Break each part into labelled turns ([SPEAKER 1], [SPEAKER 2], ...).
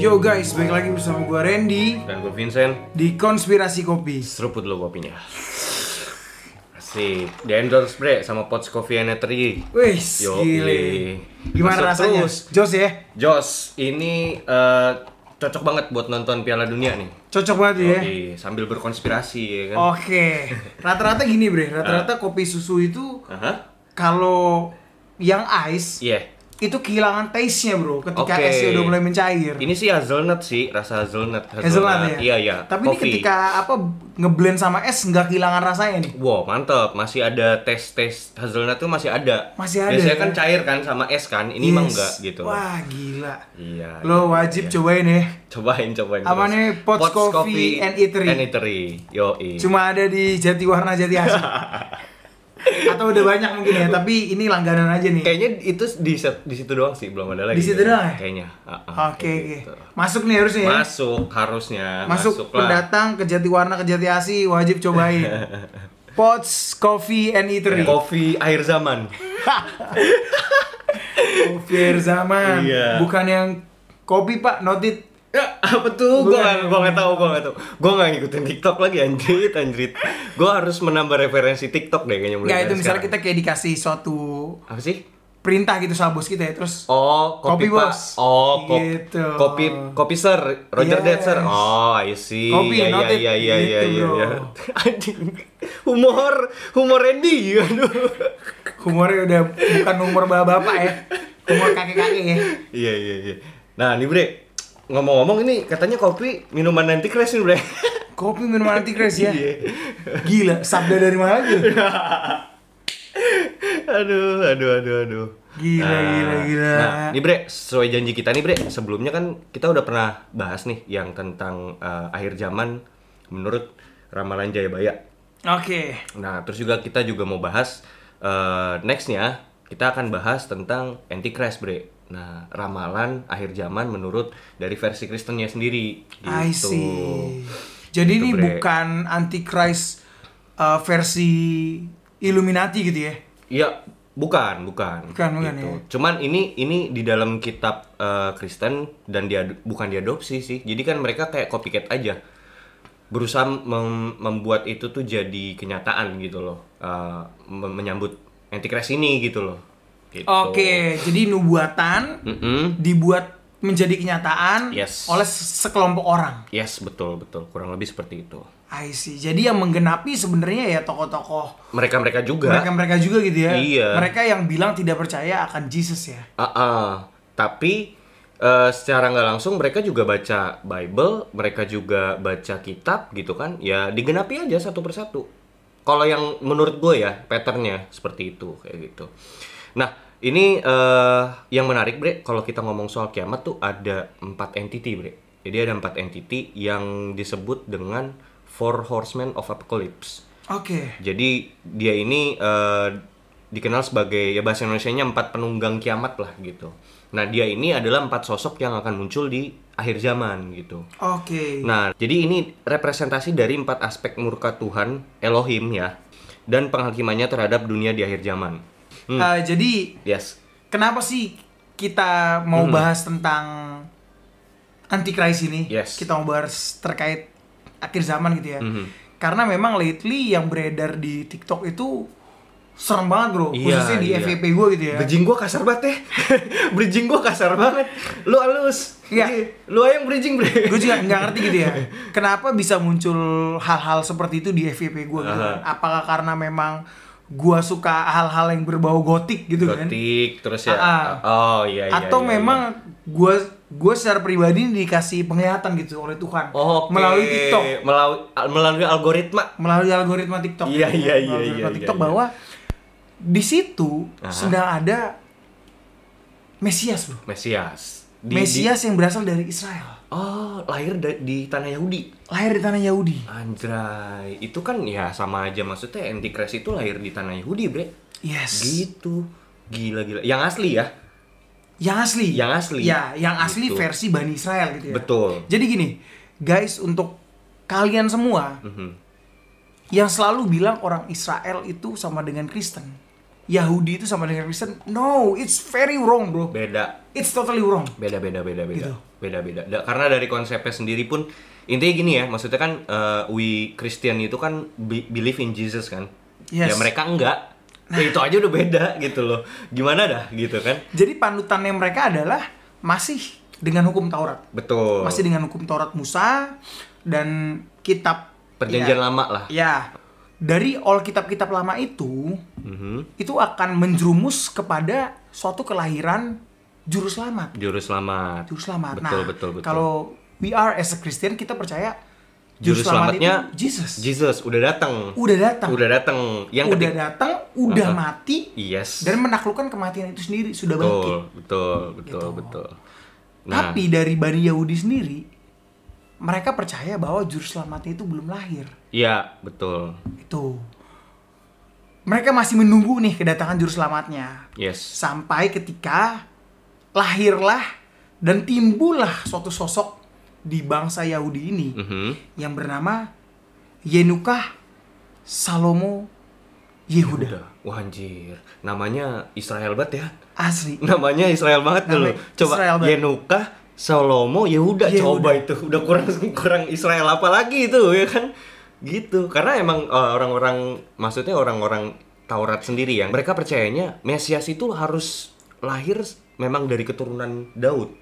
[SPEAKER 1] Yo guys, balik lagi bersama gue Randy
[SPEAKER 2] Dan gue Vincent,
[SPEAKER 1] di Konspirasi Kopi
[SPEAKER 2] seruput lo kopinya. Asik, di endorse bre sama Pots Coffee and Eatery.
[SPEAKER 1] Wih,
[SPEAKER 2] Yo,
[SPEAKER 1] gile
[SPEAKER 2] iya.
[SPEAKER 1] Gimana
[SPEAKER 2] Masuk
[SPEAKER 1] rasanya?
[SPEAKER 2] terus.
[SPEAKER 1] Jos ya?
[SPEAKER 2] Jos, ini eh, cocok banget buat nonton Piala Dunia nih.
[SPEAKER 1] Cocok banget ya?
[SPEAKER 2] Yoi, sambil berkonspirasi ya kan.
[SPEAKER 1] Oh. Oke Rata-rata gini bre, rata-rata
[SPEAKER 2] Ah.
[SPEAKER 1] kopi susu itu
[SPEAKER 2] Aha.
[SPEAKER 1] kalau yang ice
[SPEAKER 2] Iya.
[SPEAKER 1] itu kehilangan taste-nya bro ketika
[SPEAKER 2] Oke.
[SPEAKER 1] esnya udah mulai mencair
[SPEAKER 2] Ini sih hazelnut sih, rasa hazelnut.
[SPEAKER 1] Hazelnut ya?
[SPEAKER 2] Iya, iya.
[SPEAKER 1] Tapi ini
[SPEAKER 2] Coffee.
[SPEAKER 1] ketika apa ngeblend sama es nggak kehilangan rasanya nih
[SPEAKER 2] Wow, mantep. Masih ada tes-tes hazelnut tuh masih ada.
[SPEAKER 1] Masih ada,
[SPEAKER 2] Biasanya
[SPEAKER 1] ya?
[SPEAKER 2] kan cair kan sama es kan. Ini mah
[SPEAKER 1] Yes.
[SPEAKER 2] enggak gitu.
[SPEAKER 1] Wah gila
[SPEAKER 2] Iya.
[SPEAKER 1] Lo
[SPEAKER 2] iya,
[SPEAKER 1] wajib
[SPEAKER 2] iya.
[SPEAKER 1] cobain ya
[SPEAKER 2] cobain cobain
[SPEAKER 1] Apa
[SPEAKER 2] terus.
[SPEAKER 1] nih? Pots Coffee and Eatery.
[SPEAKER 2] and Eatery. Yoi.
[SPEAKER 1] Iya. Cuma ada di Jati Warna Jati Asih. Atau udah banyak mungkin ya, tapi ini langganan aja nih.
[SPEAKER 2] kayaknya itu di set- di situ doang sih belum ada lagi
[SPEAKER 1] Di situ doang ya?
[SPEAKER 2] kayaknya Ah, ah,
[SPEAKER 1] Oke, oke.
[SPEAKER 2] kayak gitu.
[SPEAKER 1] Masuk nih harusnya ya.
[SPEAKER 2] masuk harusnya
[SPEAKER 1] Masuk
[SPEAKER 2] lah.
[SPEAKER 1] pendatang ke Jati Warna ke Jati Asih wajib cobain. Pots Coffee and Eatery.
[SPEAKER 2] Iya. Coffee air zaman
[SPEAKER 1] Kopi air zaman.
[SPEAKER 2] Iya.
[SPEAKER 1] Bukan yang kopi Pak, notit.
[SPEAKER 2] Ya, apa tuh?
[SPEAKER 1] Gua
[SPEAKER 2] Gue
[SPEAKER 1] nggak-
[SPEAKER 2] gak, gua nggak tahu, gue gak tahu. Gue gak ngikutin TikTok lagi, anjrit, anjrit. Gue harus menambah referensi TikTok deh kayaknya mulai
[SPEAKER 1] Enggak
[SPEAKER 2] dari
[SPEAKER 1] Ya, itu misalnya
[SPEAKER 2] sekarang.
[SPEAKER 1] kita kayak dikasih suatu
[SPEAKER 2] apa sih?
[SPEAKER 1] perintah gitu sabus kita ya terus
[SPEAKER 2] Oh,
[SPEAKER 1] Kopi
[SPEAKER 2] kopi
[SPEAKER 1] Bos.
[SPEAKER 2] pas. Oh, kop-
[SPEAKER 1] Gitu.
[SPEAKER 2] kopi kopi sir, Roger
[SPEAKER 1] Yes.
[SPEAKER 2] Dead sir. Oh, I see.
[SPEAKER 1] Kopi,
[SPEAKER 2] Iya,
[SPEAKER 1] noted.
[SPEAKER 2] iya, iya,
[SPEAKER 1] Gitu,
[SPEAKER 2] iya, iya,
[SPEAKER 1] bro.
[SPEAKER 2] iya. Anjing. Humor, humor Randy. Aduh.
[SPEAKER 1] humornya udah bukan humor bapak-bapak ya. Humor kakek-kakek ya.
[SPEAKER 2] iya, iya, iya. Nah, ini Bre, ngomong-ngomong ini katanya kopi minuman anti crash nih, Bre.
[SPEAKER 1] Kopi minuman anti crash ya.
[SPEAKER 2] Iya.
[SPEAKER 1] Gila, sabda dari mana tuh?
[SPEAKER 2] aduh, aduh, aduh, aduh.
[SPEAKER 1] Gila, gila, gila.
[SPEAKER 2] Nah, nih Bre, sesuai janji kita nih Bre, sebelumnya kan kita udah pernah bahas nih yang tentang eh, akhir zaman menurut ramalan Jayabaya.
[SPEAKER 1] Oke.
[SPEAKER 2] Nah, terus juga kita juga mau bahas eh, nextnya kita akan bahas tentang anti crash bre. Nah, ramalan akhir zaman menurut dari versi Kristennya sendiri. Gitu.
[SPEAKER 1] I see. Jadi
[SPEAKER 2] Gitu,
[SPEAKER 1] ini
[SPEAKER 2] Bre.
[SPEAKER 1] bukan Antichrist uh, versi Illuminati gitu ya?
[SPEAKER 2] Iya, bukan, bukan. Gitu.
[SPEAKER 1] Bukan, bukan, ya.
[SPEAKER 2] Cuman ini ini di dalam kitab eh, Kristen dan dia bukan diadopsi sih. Jadi kan mereka kayak copycat aja. Berusaha mem- membuat itu tuh jadi kenyataan gitu loh. Eh, mem- menyambut anti crash ini gitu loh. Gitu.
[SPEAKER 1] Oke, jadi nubuatan
[SPEAKER 2] Mm-mm.
[SPEAKER 1] dibuat menjadi kenyataan
[SPEAKER 2] Hmm. Yes.
[SPEAKER 1] oleh se- sekelompok orang.
[SPEAKER 2] Yes, betul betul. Kurang lebih seperti itu.
[SPEAKER 1] I see. Jadi yang menggenapi sebenarnya ya tokoh-tokoh
[SPEAKER 2] Mereka-mereka juga.
[SPEAKER 1] mereka-mereka juga gitu ya.
[SPEAKER 2] Iya.
[SPEAKER 1] Mereka yang bilang tidak percaya akan Jesus ya.
[SPEAKER 2] Ah, ah. tapi eh, secara nggak langsung mereka juga baca Bible, mereka juga baca kitab gitu kan. Ya digenapi aja satu persatu. Kalau yang menurut gue ya patternnya seperti itu kayak gitu. Nah ini eh, yang menarik bre, kalau kita ngomong soal kiamat tuh ada empat entity bre. Jadi ada empat entity yang disebut dengan Four Horsemen of Apocalypse.
[SPEAKER 1] Oke.
[SPEAKER 2] Jadi dia ini eh, dikenal sebagai ya bahasa Indonesia-nya empat penunggang kiamat lah gitu. Nah dia ini adalah empat sosok yang akan muncul di akhir zaman gitu.
[SPEAKER 1] Oke.
[SPEAKER 2] Nah jadi ini representasi dari empat aspek murka Tuhan Elohim ya dan penghakimannya terhadap dunia di akhir zaman. Hmm,
[SPEAKER 1] Uh, jadi
[SPEAKER 2] Yes.
[SPEAKER 1] kenapa sih kita mau
[SPEAKER 2] Hmm.
[SPEAKER 1] bahas tentang antikris ini?
[SPEAKER 2] Yes. Hmm.
[SPEAKER 1] Kita mau bahas terkait akhir zaman gitu ya. Karena memang lately yang beredar di TikTok itu serem banget bro,
[SPEAKER 2] Iya,
[SPEAKER 1] khususnya di
[SPEAKER 2] iya.
[SPEAKER 1] FYP gue gitu ya.
[SPEAKER 2] Bridging gua kasar banget ya. bridging gua kasar banget. Lu halus.
[SPEAKER 1] Iya.
[SPEAKER 2] Lu aja yang bridging bre.
[SPEAKER 1] gue juga nggak ngerti gitu ya kenapa bisa muncul hal-hal seperti itu di FYP gue gitu kan apakah karena memang gue suka hal-hal yang berbau gotik gitu kan
[SPEAKER 2] Gotik terus ya.
[SPEAKER 1] Ah,
[SPEAKER 2] Oh iya iya.
[SPEAKER 1] atau
[SPEAKER 2] iya, iya.
[SPEAKER 1] memang gue gue secara pribadi dikasih penglihatan gitu oleh Tuhan
[SPEAKER 2] Oh, oke.
[SPEAKER 1] melalui TikTok
[SPEAKER 2] Melalui, melalui algoritma.
[SPEAKER 1] melalui algoritma TikTok
[SPEAKER 2] Iya,
[SPEAKER 1] gitu
[SPEAKER 2] iya,
[SPEAKER 1] kan,
[SPEAKER 2] iya,
[SPEAKER 1] melalui
[SPEAKER 2] iya,
[SPEAKER 1] algoritma
[SPEAKER 2] iya,
[SPEAKER 1] TikTok
[SPEAKER 2] iya.
[SPEAKER 1] bahwa di situ
[SPEAKER 2] Aha.
[SPEAKER 1] sedang ada Mesias bro
[SPEAKER 2] Mesias. Di-
[SPEAKER 1] Mesias yang berasal dari Israel
[SPEAKER 2] di- oh, lahir da- di tanah Yahudi.
[SPEAKER 1] lahir di tanah Yahudi
[SPEAKER 2] Anjay, itu kan ya sama aja maksudnya Antichrist itu lahir di tanah Yahudi, Bre.
[SPEAKER 1] yes
[SPEAKER 2] Gitu. Gila gila. Yang asli ya.
[SPEAKER 1] Yang asli.
[SPEAKER 2] Yang asli.
[SPEAKER 1] Ya, yang asli
[SPEAKER 2] Gitu.
[SPEAKER 1] versi Bani Israel gitu ya.
[SPEAKER 2] Betul.
[SPEAKER 1] Jadi gini, guys untuk kalian
[SPEAKER 2] Mhm.
[SPEAKER 1] semua yang selalu bilang orang Israel itu sama dengan Kristen. Yahudi itu sama dengan Kristen. No, it's very wrong, bro.
[SPEAKER 2] beda
[SPEAKER 1] It's totally wrong.
[SPEAKER 2] beda beda beda beda
[SPEAKER 1] Gitu.
[SPEAKER 2] beda beda Da- karena dari konsepnya sendiri pun intinya gini ya maksudnya kan eh, we Christian itu kan be- believe in Jesus kan
[SPEAKER 1] Yes. Nah.
[SPEAKER 2] ya mereka enggak Ya, itu aja udah beda gitu loh gimana dah gitu kan
[SPEAKER 1] Jadi panutannya mereka adalah masih dengan hukum Taurat.
[SPEAKER 2] betul
[SPEAKER 1] Masih dengan hukum Taurat Musa dan kitab
[SPEAKER 2] perjanjian
[SPEAKER 1] ya,
[SPEAKER 2] lama lah
[SPEAKER 1] Ya. Dari all kitab-kitab lama itu
[SPEAKER 2] Mhm.
[SPEAKER 1] itu akan menjerumus kepada suatu kelahiran juru selamat.
[SPEAKER 2] juru selamat
[SPEAKER 1] Juru selamat.
[SPEAKER 2] betul
[SPEAKER 1] nah,
[SPEAKER 2] betul betul
[SPEAKER 1] kalau we are as a Christian kita percaya
[SPEAKER 2] juru
[SPEAKER 1] selamat
[SPEAKER 2] selamatnya
[SPEAKER 1] itu Jesus.
[SPEAKER 2] Jesus udah datang
[SPEAKER 1] udah datang.
[SPEAKER 2] udah datang yang
[SPEAKER 1] udah
[SPEAKER 2] ketik-
[SPEAKER 1] datang, udah
[SPEAKER 2] Uh-huh.
[SPEAKER 1] mati,
[SPEAKER 2] yes
[SPEAKER 1] dan menaklukkan kematian itu sendiri sudah
[SPEAKER 2] betul Nah.
[SPEAKER 1] bangkit.
[SPEAKER 2] betul betul
[SPEAKER 1] Gitu.
[SPEAKER 2] betul
[SPEAKER 1] Tapi dari Bani Yahudi sendiri, mereka percaya bahwa juru selamatnya itu belum lahir.
[SPEAKER 2] iya betul
[SPEAKER 1] Itu. Mereka masih menunggu nih kedatangan juru selamatnya.
[SPEAKER 2] yes
[SPEAKER 1] Sampai ketika lahirlah dan timbullah suatu sosok di bangsa Yahudi ini
[SPEAKER 2] Mhm.
[SPEAKER 1] yang bernama Yenukah Salomo Yehuda.
[SPEAKER 2] Udah. Wah anjir, namanya Israel banget ya.
[SPEAKER 1] Asli.
[SPEAKER 2] Namanya Israel banget dulu.
[SPEAKER 1] Namanya
[SPEAKER 2] Coba
[SPEAKER 1] Israel banget.
[SPEAKER 2] Yenukah, Salomo, Yehuda,
[SPEAKER 1] Yehuda.
[SPEAKER 2] coba itu. Udah kurang kurang Israel apa lagi itu ya kan? Gitu. Karena emang eh, orang-orang maksudnya orang-orang Taurat sendiri ya. Mereka percayanya Mesias itu harus lahir memang dari keturunan Daud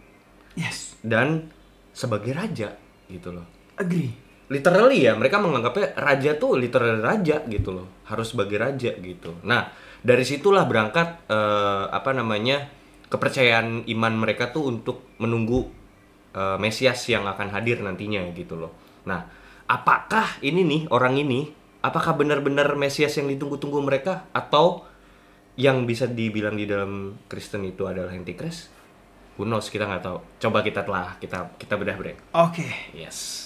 [SPEAKER 1] Yes.
[SPEAKER 2] dan sebagai raja gitu loh.
[SPEAKER 1] Agree.
[SPEAKER 2] literally ya mereka menganggapnya raja tuh literally raja gitu loh harus sebagai raja gitu nah dari situlah berangkat eh, apa namanya kepercayaan iman mereka tuh untuk menunggu eh, Mesias yang akan hadir nantinya gitu loh nah apakah ini nih orang ini apakah benar-benar Mesias yang ditunggu-tunggu mereka atau yang bisa dibilang di dalam Kristen itu adalah Antikris who knows kita nggak tahu coba kita telah kita kita bedah break
[SPEAKER 1] Oke.
[SPEAKER 2] yes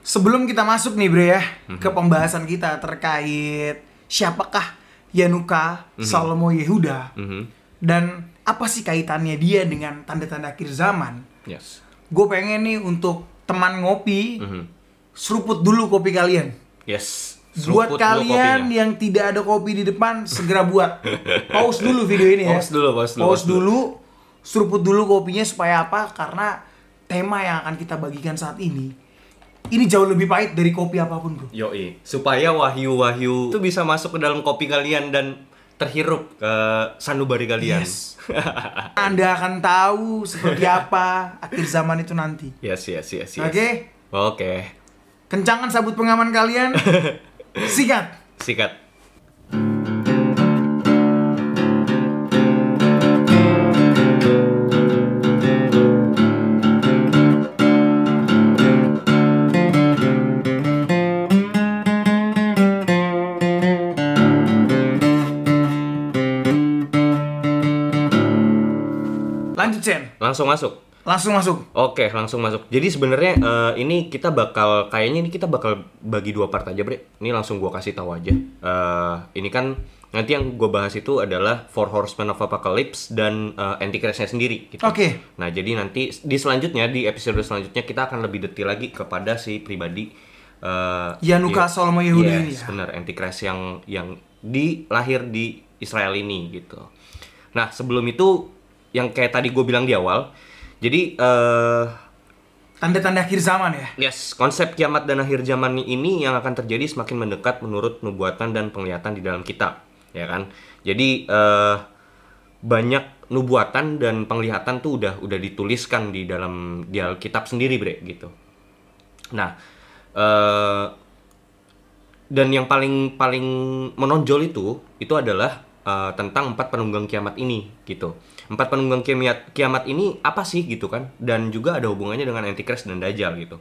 [SPEAKER 1] Sebelum kita masuk nih Bre ya
[SPEAKER 2] Mhm.
[SPEAKER 1] ke pembahasan kita terkait siapakah Yanuka Salomo Yehuda
[SPEAKER 2] Mhm.
[SPEAKER 1] dan apa sih kaitannya dia dengan tanda-tanda akhir zaman?
[SPEAKER 2] yes
[SPEAKER 1] Gue pengen nih untuk teman ngopi
[SPEAKER 2] Mhm.
[SPEAKER 1] seruput dulu kopi kalian.
[SPEAKER 2] Yes.
[SPEAKER 1] buat
[SPEAKER 2] Seruput dulu
[SPEAKER 1] kalian
[SPEAKER 2] kopinya.
[SPEAKER 1] yang tidak ada kopi di depan segera buat pause dulu video ini ya.
[SPEAKER 2] Pause dulu, pause dulu,
[SPEAKER 1] Pause
[SPEAKER 2] pause dulu.
[SPEAKER 1] dulu, seruput dulu kopinya supaya apa? Karena tema yang akan kita bagikan saat ini ini jauh lebih pahit dari kopi apapun, Bro.
[SPEAKER 2] Yoi, supaya wahyu-wahyu itu bisa masuk ke dalam kopi kalian dan terhirup ke sanubari kalian.
[SPEAKER 1] Yes. Anda akan tahu seperti apa akhir zaman itu nanti.
[SPEAKER 2] Yes, yes, yes, yes.
[SPEAKER 1] Oke?
[SPEAKER 2] Oke.
[SPEAKER 1] Kencangkan sabut pengaman kalian. Sikat.
[SPEAKER 2] Sikat.
[SPEAKER 1] Lanjut, Chen.
[SPEAKER 2] Langsung masuk.
[SPEAKER 1] Langsung masuk.
[SPEAKER 2] Oke, langsung masuk. Jadi sebenarnya eh, ini kita bakal kayaknya ini kita bakal bagi dua part aja, Bre. Ini langsung gua kasih tahu aja. Eh, ini kan nanti yang gua bahas itu adalah Four Horsemen of Apocalypse dan eh, Antichrist-nya sendiri gitu.
[SPEAKER 1] Oke.
[SPEAKER 2] Nah, jadi nanti di selanjutnya di episode selanjutnya kita akan lebih detail lagi kepada si pribadi eh
[SPEAKER 1] Yanuka
[SPEAKER 2] Ye-
[SPEAKER 1] Salomo Yehudi
[SPEAKER 2] Yes,
[SPEAKER 1] ini ya.
[SPEAKER 2] benar Antichrist yang yang dilahir di Israel ini gitu. Nah, sebelum itu yang kayak tadi gue bilang di awal, jadi eh
[SPEAKER 1] Tanda-tanda akhir zaman ya.
[SPEAKER 2] yes, konsep kiamat dan akhir zaman ini yang akan terjadi semakin mendekat menurut nubuatan dan penglihatan di dalam kitab, ya kan? Jadi eh banyak nubuatan dan penglihatan tuh udah udah dituliskan di dalam di Alkitab sendiri, Bre, gitu. Nah, eh dan yang paling paling menonjol itu itu adalah eh, tentang empat penunggang kiamat ini gitu. Empat penunggang kiamat kiamat ini apa sih gitu kan? Dan juga ada hubungannya dengan Antichrist dan Dajjal gitu.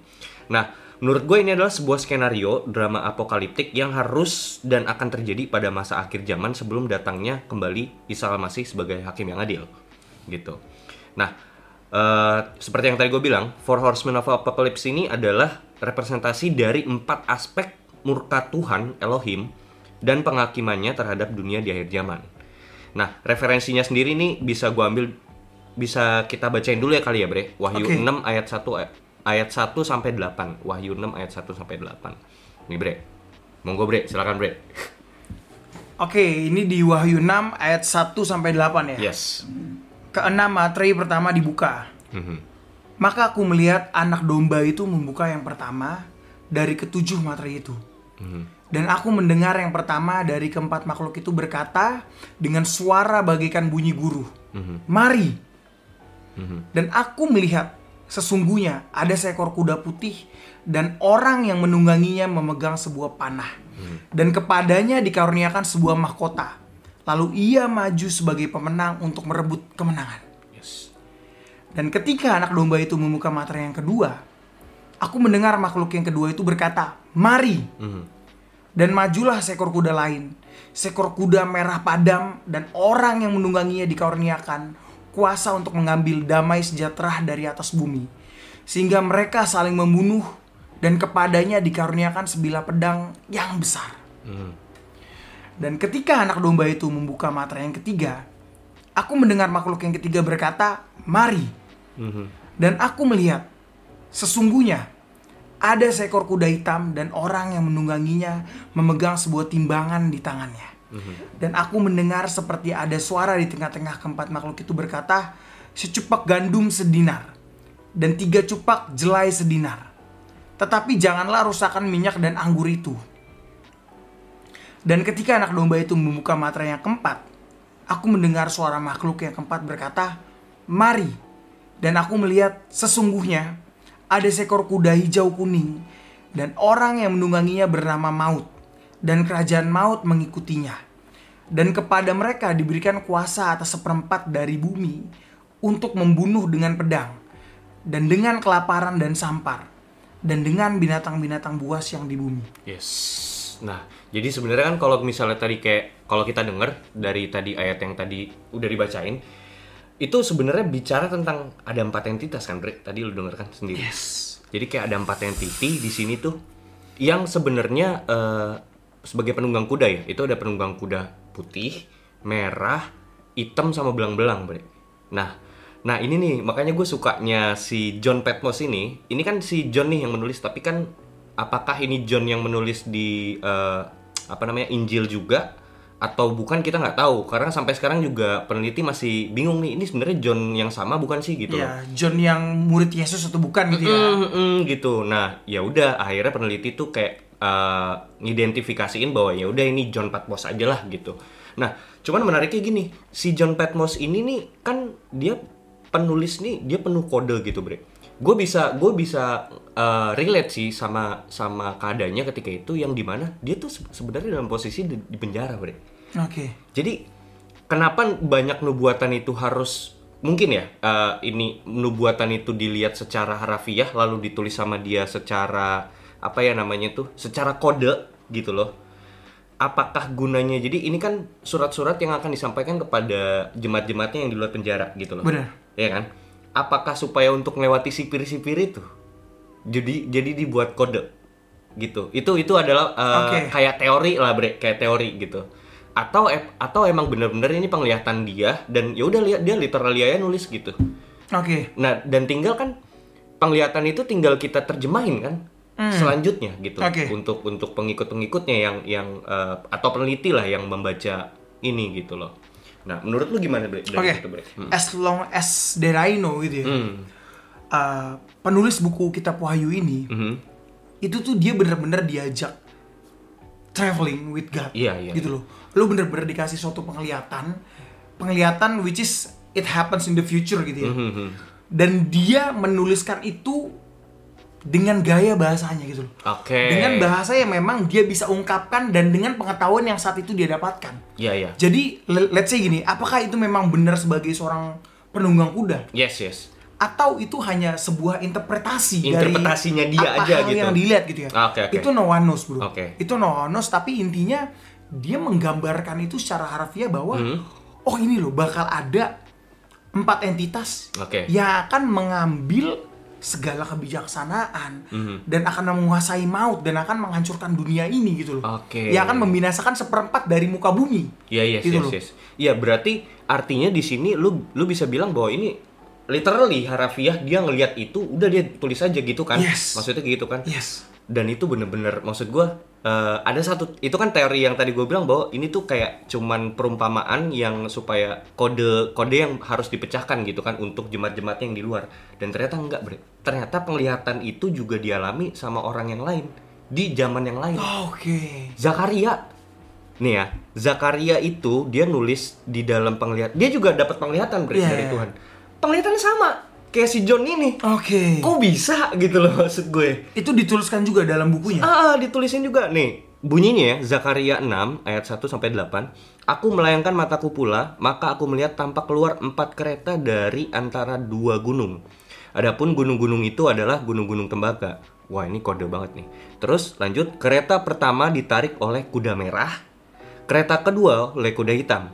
[SPEAKER 2] Nah, menurut gue ini adalah sebuah skenario drama apokaliptik yang harus dan akan terjadi pada masa akhir zaman sebelum datangnya kembali Isa Masih sebagai hakim yang adil gitu. Nah, Eh, seperti yang tadi gue bilang, Four Horsemen of Apocalypse ini adalah representasi dari empat aspek murka Tuhan Elohim dan penghakimannya terhadap dunia di akhir zaman. Nah, referensinya sendiri nih bisa gue ambil, bisa kita bacain dulu ya kali ya Bre. Wahyu
[SPEAKER 1] Oke.
[SPEAKER 2] 6 ayat 1 ay- ayat 1 sampai 8. Wahyu 6 ayat 1 sampai 8. Nih Bre. Monggo Bre, silakan Bre.
[SPEAKER 1] Oke, ini di Wahyu 6 ayat 1 sampai 8 ya.
[SPEAKER 2] Yes.
[SPEAKER 1] Keenam materai pertama dibuka.
[SPEAKER 2] Mhm.
[SPEAKER 1] Maka aku melihat anak domba itu membuka yang pertama dari ketujuh materai itu.
[SPEAKER 2] Mhm.
[SPEAKER 1] Dan aku mendengar yang pertama dari keempat makhluk itu berkata dengan suara bagaikan bunyi guru, "Mari!" Dan aku melihat sesungguhnya ada seekor kuda putih dan orang yang menungganginya memegang sebuah panah. Dan kepadanya dikaruniakan sebuah mahkota. Lalu ia maju sebagai pemenang untuk merebut kemenangan.
[SPEAKER 2] Yes.
[SPEAKER 1] Dan ketika anak domba itu membuka materai yang kedua, aku mendengar makhluk yang kedua itu berkata, "Mari!"
[SPEAKER 2] Mhm.
[SPEAKER 1] Dan majulah seekor kuda lain, seekor kuda merah padam dan orang yang menungganginya dikaruniakan kuasa untuk mengambil damai sejahtera dari atas bumi, sehingga mereka saling membunuh dan kepadanya dikaruniakan sebilah pedang yang besar.
[SPEAKER 2] Mhm.
[SPEAKER 1] Dan ketika anak domba itu membuka materai yang ketiga, aku mendengar makhluk yang ketiga berkata, "Mari."
[SPEAKER 2] Mhm.
[SPEAKER 1] Dan aku melihat sesungguhnya ada seekor kuda hitam dan orang yang menungganginya memegang sebuah timbangan di tangannya. Dan aku mendengar seperti ada suara di tengah-tengah keempat makhluk itu berkata, "Secupak gandum sedinar dan tiga cupak jelai sedinar. Tetapi janganlah rusakan minyak dan anggur itu." Dan ketika anak domba itu membuka materai yang keempat, aku mendengar suara makhluk yang keempat berkata, "Mari." Dan aku melihat sesungguhnya ada seekor kuda hijau kuning dan orang yang menungganginya bernama Maut dan kerajaan Maut mengikutinya. Dan kepada mereka diberikan kuasa atas seperempat dari bumi untuk membunuh dengan pedang dan dengan kelaparan dan sampar dan dengan binatang-binatang buas yang di bumi.
[SPEAKER 2] Yes. Nah, jadi sebenarnya kan kalau misalnya tadi kayak kalau kita dengar dari tadi ayat yang tadi udah dibacain itu sebenarnya bicara tentang ada empat entitas kan, Bre? Tadi lu denger kan sendiri. Jadi kayak ada empat entiti di sini tuh yang sebenarnya eh, sebagai penunggang kuda ya. Itu ada penunggang kuda putih, merah, hitam sama belang-belang, Bre. Nah, nah ini nih makanya gue sukanya si John Patmos ini. Ini kan si John nih yang menulis, tapi kan apakah ini John yang menulis di eh, apa namanya Injil juga atau bukan kita nggak tahu karena sampai sekarang juga peneliti masih bingung nih ini sebenarnya John yang sama bukan sih gitu loh.
[SPEAKER 1] Ya, John yang murid Yesus atau bukan gitu ya.
[SPEAKER 2] Mm, mm, gitu. Nah, ya udah akhirnya peneliti tuh kayak eh, ngidentifikasiin bahwa ya udah ini John Patmos aja lah gitu. Nah, cuman menariknya gini, si John Patmos ini nih kan dia penulis nih dia penuh kode gitu, Bre. Gue bisa gue bisa eh, relate sih sama sama keadaannya ketika itu yang dimana dia tuh se- sebenarnya dalam posisi di, di penjara, Bre.
[SPEAKER 1] Oke.
[SPEAKER 2] Jadi kenapa banyak nubuatan itu harus mungkin ya eh, ini nubuatan itu dilihat secara harafiah lalu ditulis sama dia secara apa ya namanya tuh secara kode gitu loh. Apakah gunanya? Jadi ini kan surat-surat yang akan disampaikan kepada jemaat-jemaatnya yang di luar penjara gitu loh.
[SPEAKER 1] Benar.
[SPEAKER 2] Iya kan? Apakah supaya untuk melewati sipir-sipir itu? Jadi jadi dibuat kode gitu. Itu itu adalah eh,
[SPEAKER 1] Oke.
[SPEAKER 2] kayak teori lah bre, kayak teori gitu. Atau ep- atau emang bener-bener ini penglihatan dia dan ya udah lihat dia literally aja nulis gitu.
[SPEAKER 1] Oke,
[SPEAKER 2] Nah, dan tinggal kan penglihatan itu tinggal kita terjemahin kan selanjutnya gitu
[SPEAKER 1] Hmm. Oke.
[SPEAKER 2] untuk untuk pengikut-pengikutnya yang yang eh, atau peneliti lah yang membaca ini gitu loh. Nah, menurut lu gimana bre? Dari
[SPEAKER 1] oke.
[SPEAKER 2] situ, Bre? Hmm.
[SPEAKER 1] As long as there I know gitu ya.
[SPEAKER 2] Hmm.
[SPEAKER 1] Uh, penulis buku Kitab Wahyu ini,
[SPEAKER 2] Mhm.
[SPEAKER 1] itu tuh dia bener-bener diajak traveling with God.
[SPEAKER 2] Iya, iya.
[SPEAKER 1] Gitu loh. Lu bener-bener dikasih suatu penglihatan, penglihatan which is it happens in the future gitu ya.
[SPEAKER 2] Mhm.
[SPEAKER 1] Dan dia menuliskan itu dengan gaya bahasanya gitu loh.
[SPEAKER 2] Oke.
[SPEAKER 1] Dengan bahasa yang memang dia bisa ungkapkan dan dengan pengetahuan yang saat itu dia dapatkan.
[SPEAKER 2] Iya, iya.
[SPEAKER 1] Jadi le- let's say gini, apakah itu memang benar sebagai seorang penunggang kuda
[SPEAKER 2] Yes, yes.
[SPEAKER 1] atau itu hanya sebuah interpretasi
[SPEAKER 2] Interpretasinya
[SPEAKER 1] dari
[SPEAKER 2] dia
[SPEAKER 1] apa
[SPEAKER 2] aja
[SPEAKER 1] hal
[SPEAKER 2] gitu.
[SPEAKER 1] yang dilihat gitu ya.
[SPEAKER 2] Oke, oke.
[SPEAKER 1] Itu no one knows, Bro.
[SPEAKER 2] Oke.
[SPEAKER 1] Itu no one knows tapi intinya dia menggambarkan itu secara harfiah bahwa
[SPEAKER 2] Hmm.
[SPEAKER 1] oh ini loh bakal ada empat entitas
[SPEAKER 2] Oke.
[SPEAKER 1] yang akan mengambil segala kebijaksanaan
[SPEAKER 2] Hmm.
[SPEAKER 1] dan akan menguasai maut dan akan menghancurkan dunia ini gitu loh.
[SPEAKER 2] Oke.
[SPEAKER 1] Yang akan membinasakan seperempat dari muka bumi.
[SPEAKER 2] Iya, yes,
[SPEAKER 1] Gitu
[SPEAKER 2] yes,
[SPEAKER 1] loh.
[SPEAKER 2] yes. Iya, berarti artinya di sini lu lu bisa bilang bahwa ini literally harafiah dia ngelihat itu udah dia tulis aja gitu kan.
[SPEAKER 1] Yes. Iya.
[SPEAKER 2] Maksudnya gitu kan.
[SPEAKER 1] Yes.
[SPEAKER 2] dan itu bener-bener maksud gue eh, ada satu itu kan teori yang tadi gue bilang bahwa ini tuh kayak cuman perumpamaan yang supaya kode kode yang harus dipecahkan gitu kan untuk jemaat-jemaat yang di luar dan ternyata enggak Bre. ternyata penglihatan itu juga dialami sama orang yang lain di zaman yang lain
[SPEAKER 1] Oh, Oke.
[SPEAKER 2] Zakaria nih ya Zakaria itu dia nulis di dalam penglihatan dia juga dapat penglihatan Bre,
[SPEAKER 1] Iya, iya.
[SPEAKER 2] dari
[SPEAKER 1] Iya.
[SPEAKER 2] Tuhan penglihatannya sama kayak si John ini
[SPEAKER 1] Oke.
[SPEAKER 2] kok bisa gitu loh maksud gue
[SPEAKER 1] Itu dituliskan juga dalam bukunya.
[SPEAKER 2] Ah, ah, ditulisin juga nih. Bunyinya ya, Zakaria 6 ayat 1 sampai 8. Aku melayangkan mataku pula, maka aku melihat tampak keluar empat kereta dari antara dua gunung. Adapun gunung-gunung itu adalah gunung-gunung tembaga. Wah, ini kode banget nih. Terus lanjut, kereta pertama ditarik oleh kuda merah, kereta kedua oleh kuda hitam,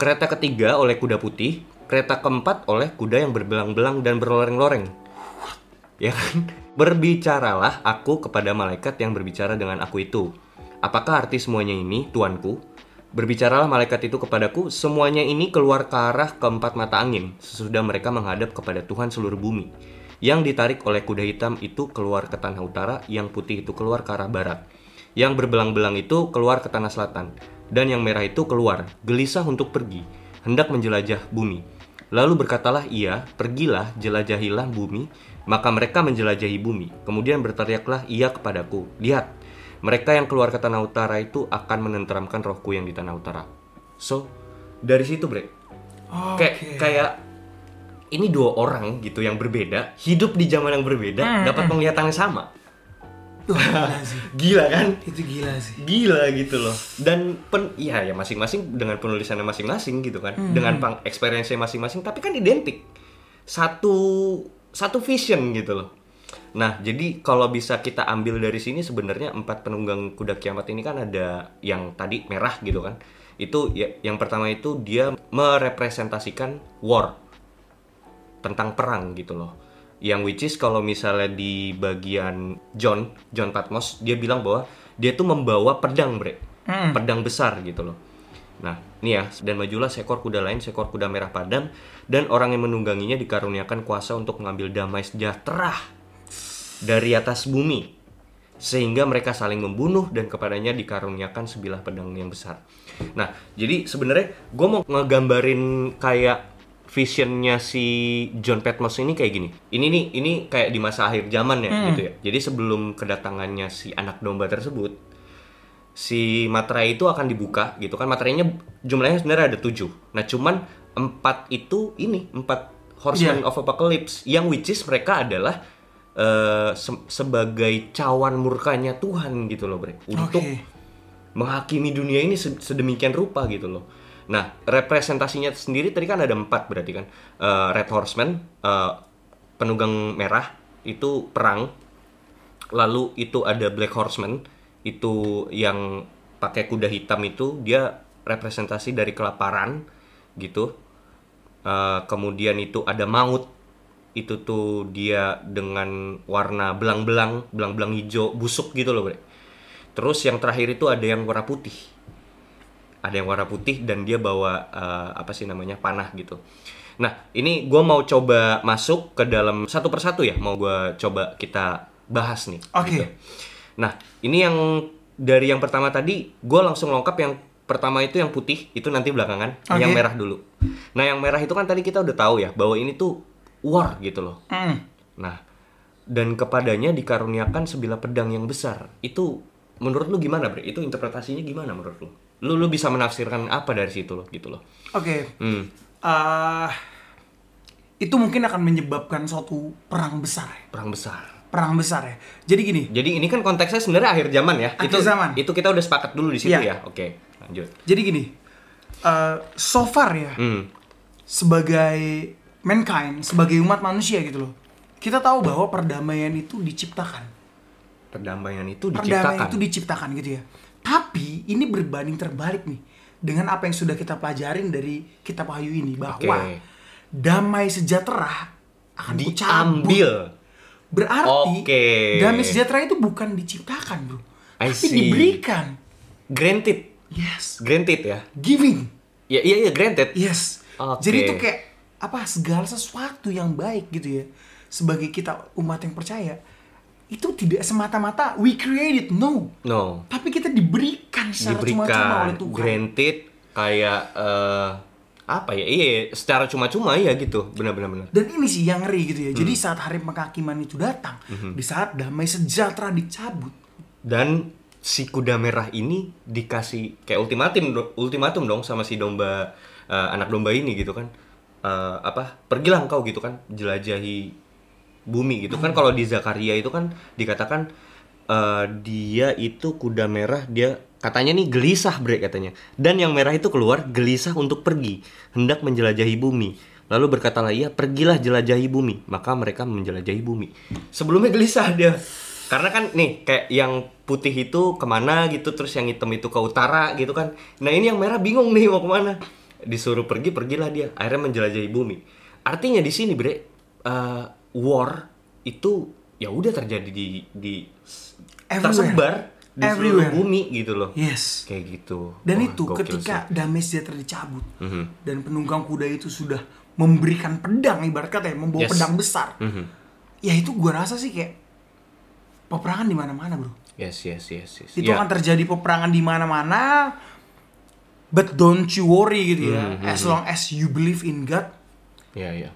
[SPEAKER 2] kereta ketiga oleh kuda putih, kereta keempat oleh kuda yang berbelang-belang dan berloreng-loreng ya kan? Berbicaralah aku kepada malaikat yang berbicara dengan aku itu. Apakah arti semuanya ini, tuanku? Berbicaralah malaikat itu kepadaku, semuanya ini keluar ke arah keempat mata angin, sesudah mereka menghadap kepada Tuhan seluruh bumi. Yang ditarik oleh kuda hitam itu keluar ke tanah utara, yang putih itu keluar ke arah barat. Yang berbelang-belang itu keluar ke tanah selatan, dan yang merah itu keluar, gelisah untuk pergi, hendak menjelajah bumi. Lalu berkatalah ia, pergilah, jelajahilah bumi. Maka mereka menjelajahi bumi. Kemudian berteriaklah ia kepadaku, lihat, mereka yang keluar ke tanah utara itu akan menenteramkan rohku yang di tanah utara. So, dari situ bre,
[SPEAKER 1] Oke.
[SPEAKER 2] kayak kayak ini dua orang gitu yang berbeda, hidup di zaman yang berbeda, dapat penglihatan yang sama.
[SPEAKER 1] Duh, gila sih.
[SPEAKER 2] Gila kan?
[SPEAKER 1] Itu gila sih.
[SPEAKER 2] gila gitu loh dan pen ya ya masing-masing dengan penulisannya masing-masing gitu kan dengan pang experience masing-masing tapi kan identik satu satu vision gitu loh nah jadi kalau bisa kita ambil dari sini sebenarnya empat penunggang kuda kiamat ini kan ada yang tadi merah gitu kan itu ya, yang pertama itu dia merepresentasikan war tentang perang gitu loh. Yang which is kalau misalnya di bagian John, John Patmos, dia bilang bahwa dia tuh membawa pedang, Bre. Pedang besar gitu loh. Nah, nih ya, dan majulah seekor kuda lain, seekor kuda merah padam, dan orang yang menungganginya dikaruniakan kuasa untuk mengambil damai sejahtera dari atas bumi. Sehingga mereka saling membunuh dan kepadanya dikaruniakan sebilah pedang yang besar. Nah, jadi sebenarnya gue mau ngegambarin kayak visionnya si John Patmos ini kayak gini. Ini nih, ini kayak di masa akhir zaman ya gitu ya. Jadi sebelum kedatangannya si anak domba tersebut, si materai itu akan dibuka gitu kan materainya jumlahnya sebenarnya ada tujuh nah cuman empat itu ini empat horsemen of apocalypse yang which is mereka adalah eh, se- sebagai cawan murkanya Tuhan gitu loh bre untuk
[SPEAKER 1] Oke.
[SPEAKER 2] menghakimi dunia ini se- sedemikian rupa gitu loh nah representasinya sendiri tadi kan ada empat berarti kan Eh, red horseman eh, penunggang merah itu perang lalu itu ada Black Horseman itu yang pakai kuda hitam itu dia representasi dari kelaparan gitu Uh, kemudian itu ada maut itu tuh dia dengan warna belang-belang belang-belang hijau busuk gitu loh bre terus yang terakhir itu ada yang warna putih ada yang warna putih dan dia bawa uh, apa sih namanya panah gitu nah ini gua mau coba masuk ke dalam satu persatu ya mau gua coba kita bahas nih
[SPEAKER 1] Oke.
[SPEAKER 2] gitu. nah ini yang dari yang pertama tadi gua langsung lengkap yang pertama itu yang putih itu nanti belakangan
[SPEAKER 1] Oke.
[SPEAKER 2] yang merah merah dulu. Nah, yang merah itu kan tadi kita udah tahu ya bahwa ini tuh war gitu loh.
[SPEAKER 1] Mm.
[SPEAKER 2] Nah, dan kepadanya dikaruniakan sebilah pedang yang besar. Itu menurut lu gimana, Bre? Itu interpretasinya gimana menurut lu? Lu lu bisa menafsirkan apa dari situ loh gitu loh.
[SPEAKER 1] Oke.
[SPEAKER 2] Hmm.
[SPEAKER 1] Ah, itu mungkin akan menyebabkan suatu perang besar. ya.
[SPEAKER 2] Perang besar.
[SPEAKER 1] Perang besar ya. Jadi gini,
[SPEAKER 2] Jadi ini kan konteksnya sebenarnya akhir zaman ya.
[SPEAKER 1] Akhir
[SPEAKER 2] itu
[SPEAKER 1] zaman.
[SPEAKER 2] itu kita udah sepakat dulu di situ
[SPEAKER 1] Iya.
[SPEAKER 2] ya. Oke, lanjut.
[SPEAKER 1] jadi gini. Eh, so far ya,
[SPEAKER 2] Hmm.
[SPEAKER 1] sebagai mankind, sebagai umat manusia gitu loh. Kita tahu bahwa perdamaian itu diciptakan.
[SPEAKER 2] Perdamaian itu
[SPEAKER 1] perdamaian
[SPEAKER 2] diciptakan.
[SPEAKER 1] itu diciptakan gitu ya. Tapi ini berbanding terbalik nih dengan apa yang sudah kita pelajarin dari kitab Wahyu ini bahwa
[SPEAKER 2] Oke.
[SPEAKER 1] damai sejahtera akan dicabut.
[SPEAKER 2] diambil.
[SPEAKER 1] Berarti
[SPEAKER 2] Oke.
[SPEAKER 1] damai sejahtera itu bukan diciptakan, Bro.
[SPEAKER 2] I
[SPEAKER 1] tapi
[SPEAKER 2] see.
[SPEAKER 1] diberikan.
[SPEAKER 2] Granted.
[SPEAKER 1] Yes.
[SPEAKER 2] Granted ya.
[SPEAKER 1] Giving.
[SPEAKER 2] Ya iya iya granted.
[SPEAKER 1] Yes.
[SPEAKER 2] Oke.
[SPEAKER 1] Jadi itu kayak apa segala sesuatu yang baik gitu ya sebagai kita umat yang percaya itu tidak semata-mata we created no
[SPEAKER 2] No.
[SPEAKER 1] tapi kita diberikan secara cuma-cuma kan.
[SPEAKER 2] Diberikan
[SPEAKER 1] oleh Tuhan
[SPEAKER 2] granted kayak eh, apa ya? Iya, secara cuma-cuma ya gitu. Benar-benar benar.
[SPEAKER 1] dan ini sih yang ngeri gitu ya jadi
[SPEAKER 2] Hmm.
[SPEAKER 1] saat hari penghakiman itu datang di saat damai sejahtera dicabut
[SPEAKER 2] Dan si kuda merah ini dikasih kayak ultimatum do- ultimatum dong sama si domba eh, anak domba ini gitu kan. Eh, apa? Pergilah engkau gitu kan, jelajahi bumi gitu kan. Kalau di Zakaria itu kan dikatakan eh, dia itu kuda merah dia katanya nih gelisah bre katanya. Dan yang merah itu keluar gelisah untuk pergi, hendak menjelajahi bumi. Lalu berkatalah ia, pergilah jelajahi bumi. Maka mereka menjelajahi bumi. Sebelumnya gelisah dia. Karena kan nih, kayak yang putih itu kemana gitu, terus yang hitam itu ke utara gitu kan. Nah ini yang merah bingung nih mau kemana. Disuruh pergi, pergilah dia. Akhirnya menjelajahi bumi. Artinya di sini bre, eh, war itu ya udah terjadi di, di
[SPEAKER 1] Everywhere.
[SPEAKER 2] tersebar di seluruh
[SPEAKER 1] Everywhere.
[SPEAKER 2] bumi gitu loh.
[SPEAKER 1] yes
[SPEAKER 2] Kayak gitu.
[SPEAKER 1] dan
[SPEAKER 2] Wah,
[SPEAKER 1] itu
[SPEAKER 2] gokil
[SPEAKER 1] ketika damai sejahtera dicabut
[SPEAKER 2] Mhm.
[SPEAKER 1] dan penunggang kuda itu sudah memberikan pedang ibarat kata ya membawa
[SPEAKER 2] Yes.
[SPEAKER 1] pedang besar
[SPEAKER 2] sih. Mhm.
[SPEAKER 1] ya itu gua rasa sih kayak peperangan di mana-mana bro
[SPEAKER 2] Yes, yes, yes, yes.
[SPEAKER 1] itu kan
[SPEAKER 2] Ya.
[SPEAKER 1] akan terjadi peperangan di mana-mana but don't you worry gitu ya
[SPEAKER 2] Mhm,
[SPEAKER 1] as long as you believe in God
[SPEAKER 2] Ya, ya.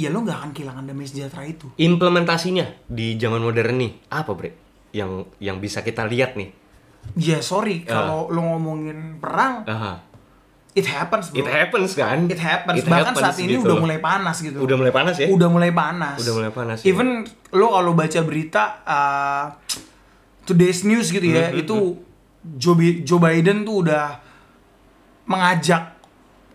[SPEAKER 1] ya lo nggak akan kehilangan damai sejahtera itu
[SPEAKER 2] Implementasinya di zaman modern nih apa, Bre? Yang yang bisa kita lihat nih.
[SPEAKER 1] ya sorry
[SPEAKER 2] Ah.
[SPEAKER 1] kalau lo ngomongin perang
[SPEAKER 2] Aha.
[SPEAKER 1] it happens bro
[SPEAKER 2] Ah. It happens kan?
[SPEAKER 1] It happens. bahkan saat ini
[SPEAKER 2] gitu
[SPEAKER 1] udah
[SPEAKER 2] loh.
[SPEAKER 1] mulai panas gitu
[SPEAKER 2] udah mulai panas ya?
[SPEAKER 1] udah mulai panas.
[SPEAKER 2] Udah mulai panas, ya.
[SPEAKER 1] Even lo kalau baca berita uh, Today's News gitu ya,
[SPEAKER 2] Mm-hmm,
[SPEAKER 1] itu Joe, Bi- Joe Biden tuh udah mengajak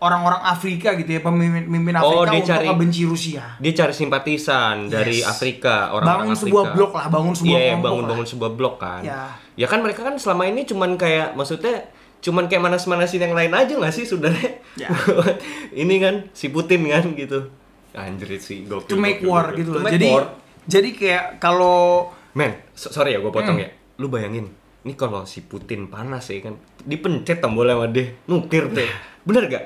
[SPEAKER 1] orang-orang Afrika gitu ya, pemimpin-pemimpin Afrika
[SPEAKER 2] Oh, dia
[SPEAKER 1] untuk
[SPEAKER 2] cari-
[SPEAKER 1] membenci Rusia.
[SPEAKER 2] Dia cari simpatisan dari
[SPEAKER 1] Yes.
[SPEAKER 2] Afrika,
[SPEAKER 1] Bangun
[SPEAKER 2] orang-orang Afrika.
[SPEAKER 1] sebuah blok lah, bangun sebuah
[SPEAKER 2] Iya,
[SPEAKER 1] kelompok
[SPEAKER 2] bangun-bangun sebuah blok kan.
[SPEAKER 1] Ya.
[SPEAKER 2] Ya kan mereka kan selama ini cuman kayak maksudnya cuman kayak manas-manasin yang lain aja nggak sih saudara?
[SPEAKER 1] Ya.
[SPEAKER 2] ini kan si Putin kan gitu. Anjir sih gokil.
[SPEAKER 1] To make
[SPEAKER 2] gokil,
[SPEAKER 1] war
[SPEAKER 2] gokil.
[SPEAKER 1] gitu loh.
[SPEAKER 2] Iya, To make
[SPEAKER 1] Jadi
[SPEAKER 2] war.
[SPEAKER 1] jadi kayak kalau
[SPEAKER 2] Men, so- sorry ya gue
[SPEAKER 1] Hmm.
[SPEAKER 2] potong ya. Lu bayangin, ini kalau si Putin panas ya kan, dipencet tombolnya sama dia, nuklir
[SPEAKER 1] Nah.
[SPEAKER 2] tuh. Bener gak?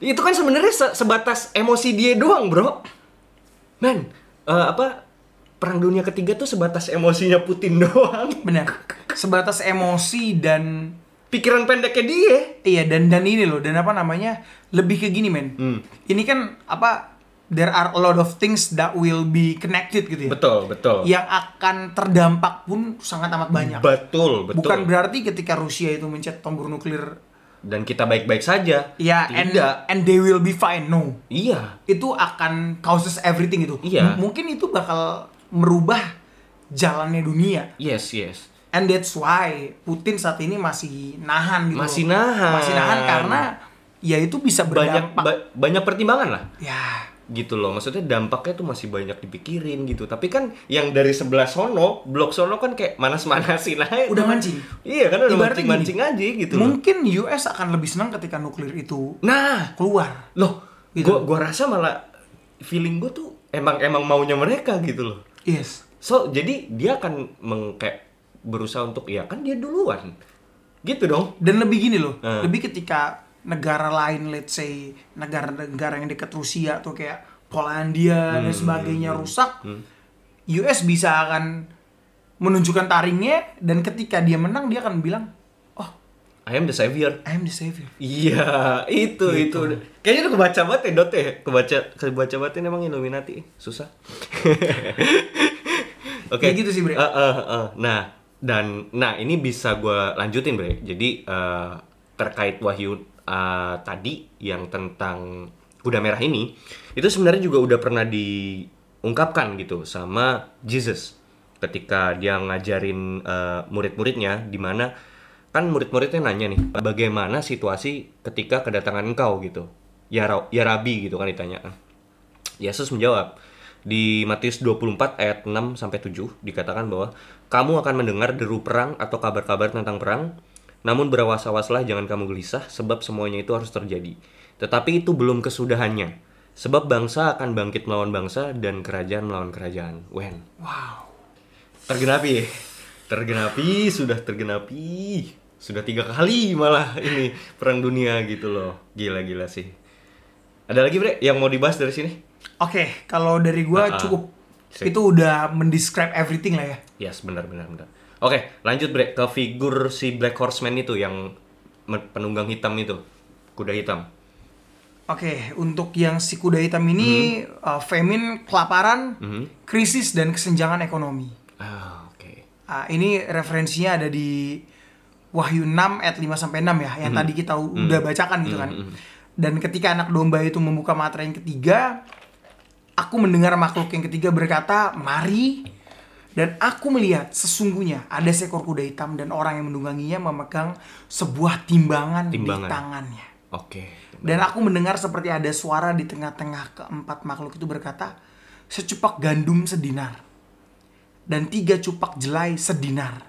[SPEAKER 2] Itu kan sebenarnya se- sebatas emosi dia doang bro. Men, eh, apa perang dunia ketiga tuh sebatas emosinya Putin doang.
[SPEAKER 1] benar sebatas emosi dan
[SPEAKER 2] Pikiran pendeknya dia.
[SPEAKER 1] Iya dan dan ini loh dan apa namanya lebih ke gini men.
[SPEAKER 2] Hmm.
[SPEAKER 1] Ini kan apa there are a lot of things that will be connected gitu ya.
[SPEAKER 2] Betul, betul.
[SPEAKER 1] Yang akan terdampak pun sangat amat banyak.
[SPEAKER 2] Betul, betul.
[SPEAKER 1] Bukan berarti ketika Rusia itu mencet tombol nuklir
[SPEAKER 2] Dan kita baik-baik saja.
[SPEAKER 1] ya and
[SPEAKER 2] Tidak.
[SPEAKER 1] and they will be fine. No.
[SPEAKER 2] Iya.
[SPEAKER 1] Itu akan causes everything itu.
[SPEAKER 2] Iya.
[SPEAKER 1] M- mungkin itu bakal merubah jalannya dunia.
[SPEAKER 2] Yes, yes.
[SPEAKER 1] And that's why Putin saat ini masih nahan gitu.
[SPEAKER 2] Masih
[SPEAKER 1] loh.
[SPEAKER 2] nahan.
[SPEAKER 1] Masih nahan karena ya itu bisa
[SPEAKER 2] Banyak
[SPEAKER 1] berdampak.
[SPEAKER 2] ba- banyak pertimbangan lah.
[SPEAKER 1] ya.
[SPEAKER 2] gitu loh maksudnya dampaknya tuh masih banyak dipikirin gitu tapi kan yang dari sebelah sono blok sono kan kayak manas-manasin aja
[SPEAKER 1] Udah mancing.
[SPEAKER 2] iya kan udah
[SPEAKER 1] Ibaratnya
[SPEAKER 2] mancing-mancing
[SPEAKER 1] gini,
[SPEAKER 2] aja gitu loh
[SPEAKER 1] Mungkin US akan lebih senang ketika nuklir itu
[SPEAKER 2] nah
[SPEAKER 1] keluar.
[SPEAKER 2] loh
[SPEAKER 1] Gitu.
[SPEAKER 2] gua gua rasa malah feeling gua tuh emang emang maunya mereka gitu loh
[SPEAKER 1] Yes.
[SPEAKER 2] so jadi dia akan meng kayak berusaha untuk ya kan dia duluan gitu dong
[SPEAKER 1] Dan lebih gini loh,
[SPEAKER 2] Eh.
[SPEAKER 1] lebih ketika negara lain, let's say negara-negara yang dekat Rusia tuh kayak Polandia
[SPEAKER 2] Hmm,
[SPEAKER 1] dan sebagainya rusak, US bisa akan menunjukkan taringnya dan ketika dia menang dia akan bilang, oh
[SPEAKER 2] I am the savior
[SPEAKER 1] I am the savior.
[SPEAKER 2] Iya, itu itu.
[SPEAKER 1] Gitu.
[SPEAKER 2] Kayaknya udah kebaca banget ya Dot ya. Kebaca kebaca banget ini emang Illuminati. Susah. Oke.
[SPEAKER 1] Ya gitu sih, Bre.
[SPEAKER 2] Eh, eh, eh. Nah, dan nah ini bisa gua lanjutin, Bre. Jadi eh, terkait Wahyu eh, tadi yang tentang kuda merah ini itu sebenarnya juga udah pernah diungkapkan gitu sama Jesus ketika dia ngajarin eh, murid-muridnya di mana kan murid-muridnya nanya nih bagaimana situasi ketika kedatangan engkau gitu ya Ra- ya rabi gitu kan ditanya Yesus menjawab di Matius 24 ayat 6 sampai 7 dikatakan bahwa kamu akan mendengar deru perang atau kabar-kabar tentang perang namun berawas-awaslah jangan kamu gelisah sebab semuanya itu harus terjadi tetapi itu belum kesudahannya sebab bangsa akan bangkit melawan bangsa dan kerajaan melawan kerajaan when
[SPEAKER 1] Wow.
[SPEAKER 2] tergenapi tergenapi sudah tergenapi sudah tiga kali malah ini perang dunia gitu loh gila gila sih ada lagi bre yang mau dibahas dari sini
[SPEAKER 1] Oke, kalau dari gua
[SPEAKER 2] Ah, ah.
[SPEAKER 1] cukup
[SPEAKER 2] Sip.
[SPEAKER 1] Itu udah mendescribe everything lah ya.
[SPEAKER 2] Yes, benar benar benar. Oke, lanjut Bre ke figur si Black Horseman itu yang men- penunggang hitam itu, kuda hitam.
[SPEAKER 1] Oke, untuk yang si kuda hitam ini uh, famine, kelaparan, krisis dan kesenjangan ekonomi.
[SPEAKER 2] Ah, oke.
[SPEAKER 1] Ah, ini referensinya ada di Wahyu 6 ayat 5 sampai 6 ya, yang tadi kita u- udah bacakan gitu kan. Dan ketika anak domba itu membuka materai yang ketiga, aku mendengar makhluk yang ketiga berkata, "Mari." Dan aku melihat sesungguhnya ada seekor kuda hitam dan orang yang menungganginya memegang sebuah timbangan,
[SPEAKER 2] Timbangan.
[SPEAKER 1] di tangannya.
[SPEAKER 2] Oke.
[SPEAKER 1] Dan aku mendengar seperti ada suara di tengah-tengah keempat makhluk itu berkata, "Secupak gandum sedinar dan tiga cupak jelai sedinar.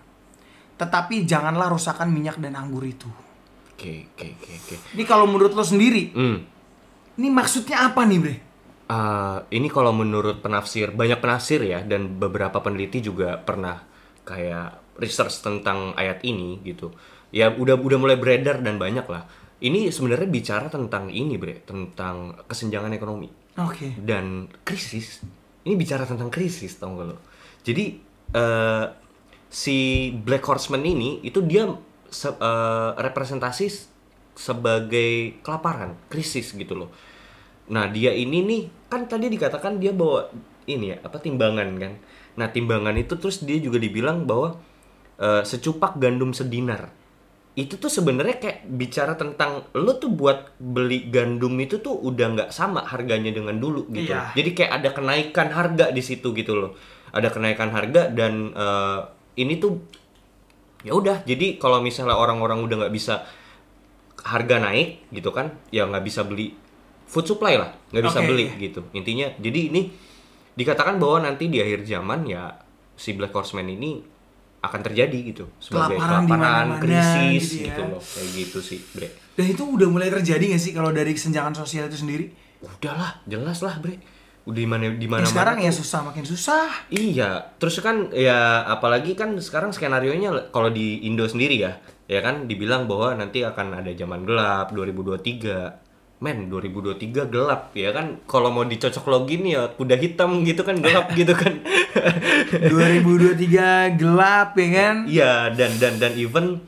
[SPEAKER 1] Tetapi janganlah rusakan minyak dan anggur itu."
[SPEAKER 2] Oke, oke, oke, oke.
[SPEAKER 1] Ini kalau menurut lo sendiri,
[SPEAKER 2] Hmm.
[SPEAKER 1] ini maksudnya apa nih, Bre?
[SPEAKER 2] Eh, ini kalau menurut penafsir, banyak penafsir ya, dan beberapa peneliti juga pernah kayak research tentang ayat ini gitu. Ya udah udah mulai beredar dan banyak lah. Ini sebenarnya bicara tentang ini bre, tentang kesenjangan ekonomi
[SPEAKER 1] Oke.
[SPEAKER 2] dan krisis. Ini bicara tentang krisis, tau gak lo? Jadi eh, si Black Horseman ini itu dia se- eh, representasi s- sebagai kelaparan, krisis gitu loh. Nah dia ini nih kan tadi dikatakan dia bawa ini ya apa timbangan kan? Nah timbangan itu terus dia juga dibilang bahwa eh, secupak gandum sedinar itu tuh sebenarnya kayak bicara tentang lo tuh buat beli gandum itu tuh udah nggak sama harganya dengan dulu gitu.
[SPEAKER 1] Iya.
[SPEAKER 2] Jadi kayak ada kenaikan harga di situ gitu loh. Ada kenaikan harga dan eh, ini tuh ya udah. Jadi kalau misalnya orang-orang udah nggak bisa harga naik gitu kan, ya nggak bisa beli food supply lah, nggak bisa
[SPEAKER 1] Oke.
[SPEAKER 2] beli gitu. Intinya jadi ini dikatakan bahwa nanti di akhir zaman ya si Black Horseman ini akan terjadi gitu sebagai
[SPEAKER 1] Kelaparan
[SPEAKER 2] kelaparan,
[SPEAKER 1] di mana-mana
[SPEAKER 2] krisis
[SPEAKER 1] gitu
[SPEAKER 2] gitu,
[SPEAKER 1] ya.
[SPEAKER 2] loh kayak gitu sih bre
[SPEAKER 1] Dan itu udah mulai terjadi gak sih kalau dari kesenjangan sosial itu sendiri?
[SPEAKER 2] udahlah jelas lah bre udah di mana di mana
[SPEAKER 1] Yang sekarang ya susah makin susah.
[SPEAKER 2] Iya, terus kan ya apalagi kan sekarang skenario-nya le- kalau di Indo sendiri ya, ya kan dibilang bahwa nanti akan ada zaman gelap 2023. Men, 2023 gelap ya kan. Kalau mau dicocok login ya kuda hitam gitu kan gelap gitu kan.
[SPEAKER 1] 2023 gelap ya kan?
[SPEAKER 2] Iya, dan dan dan even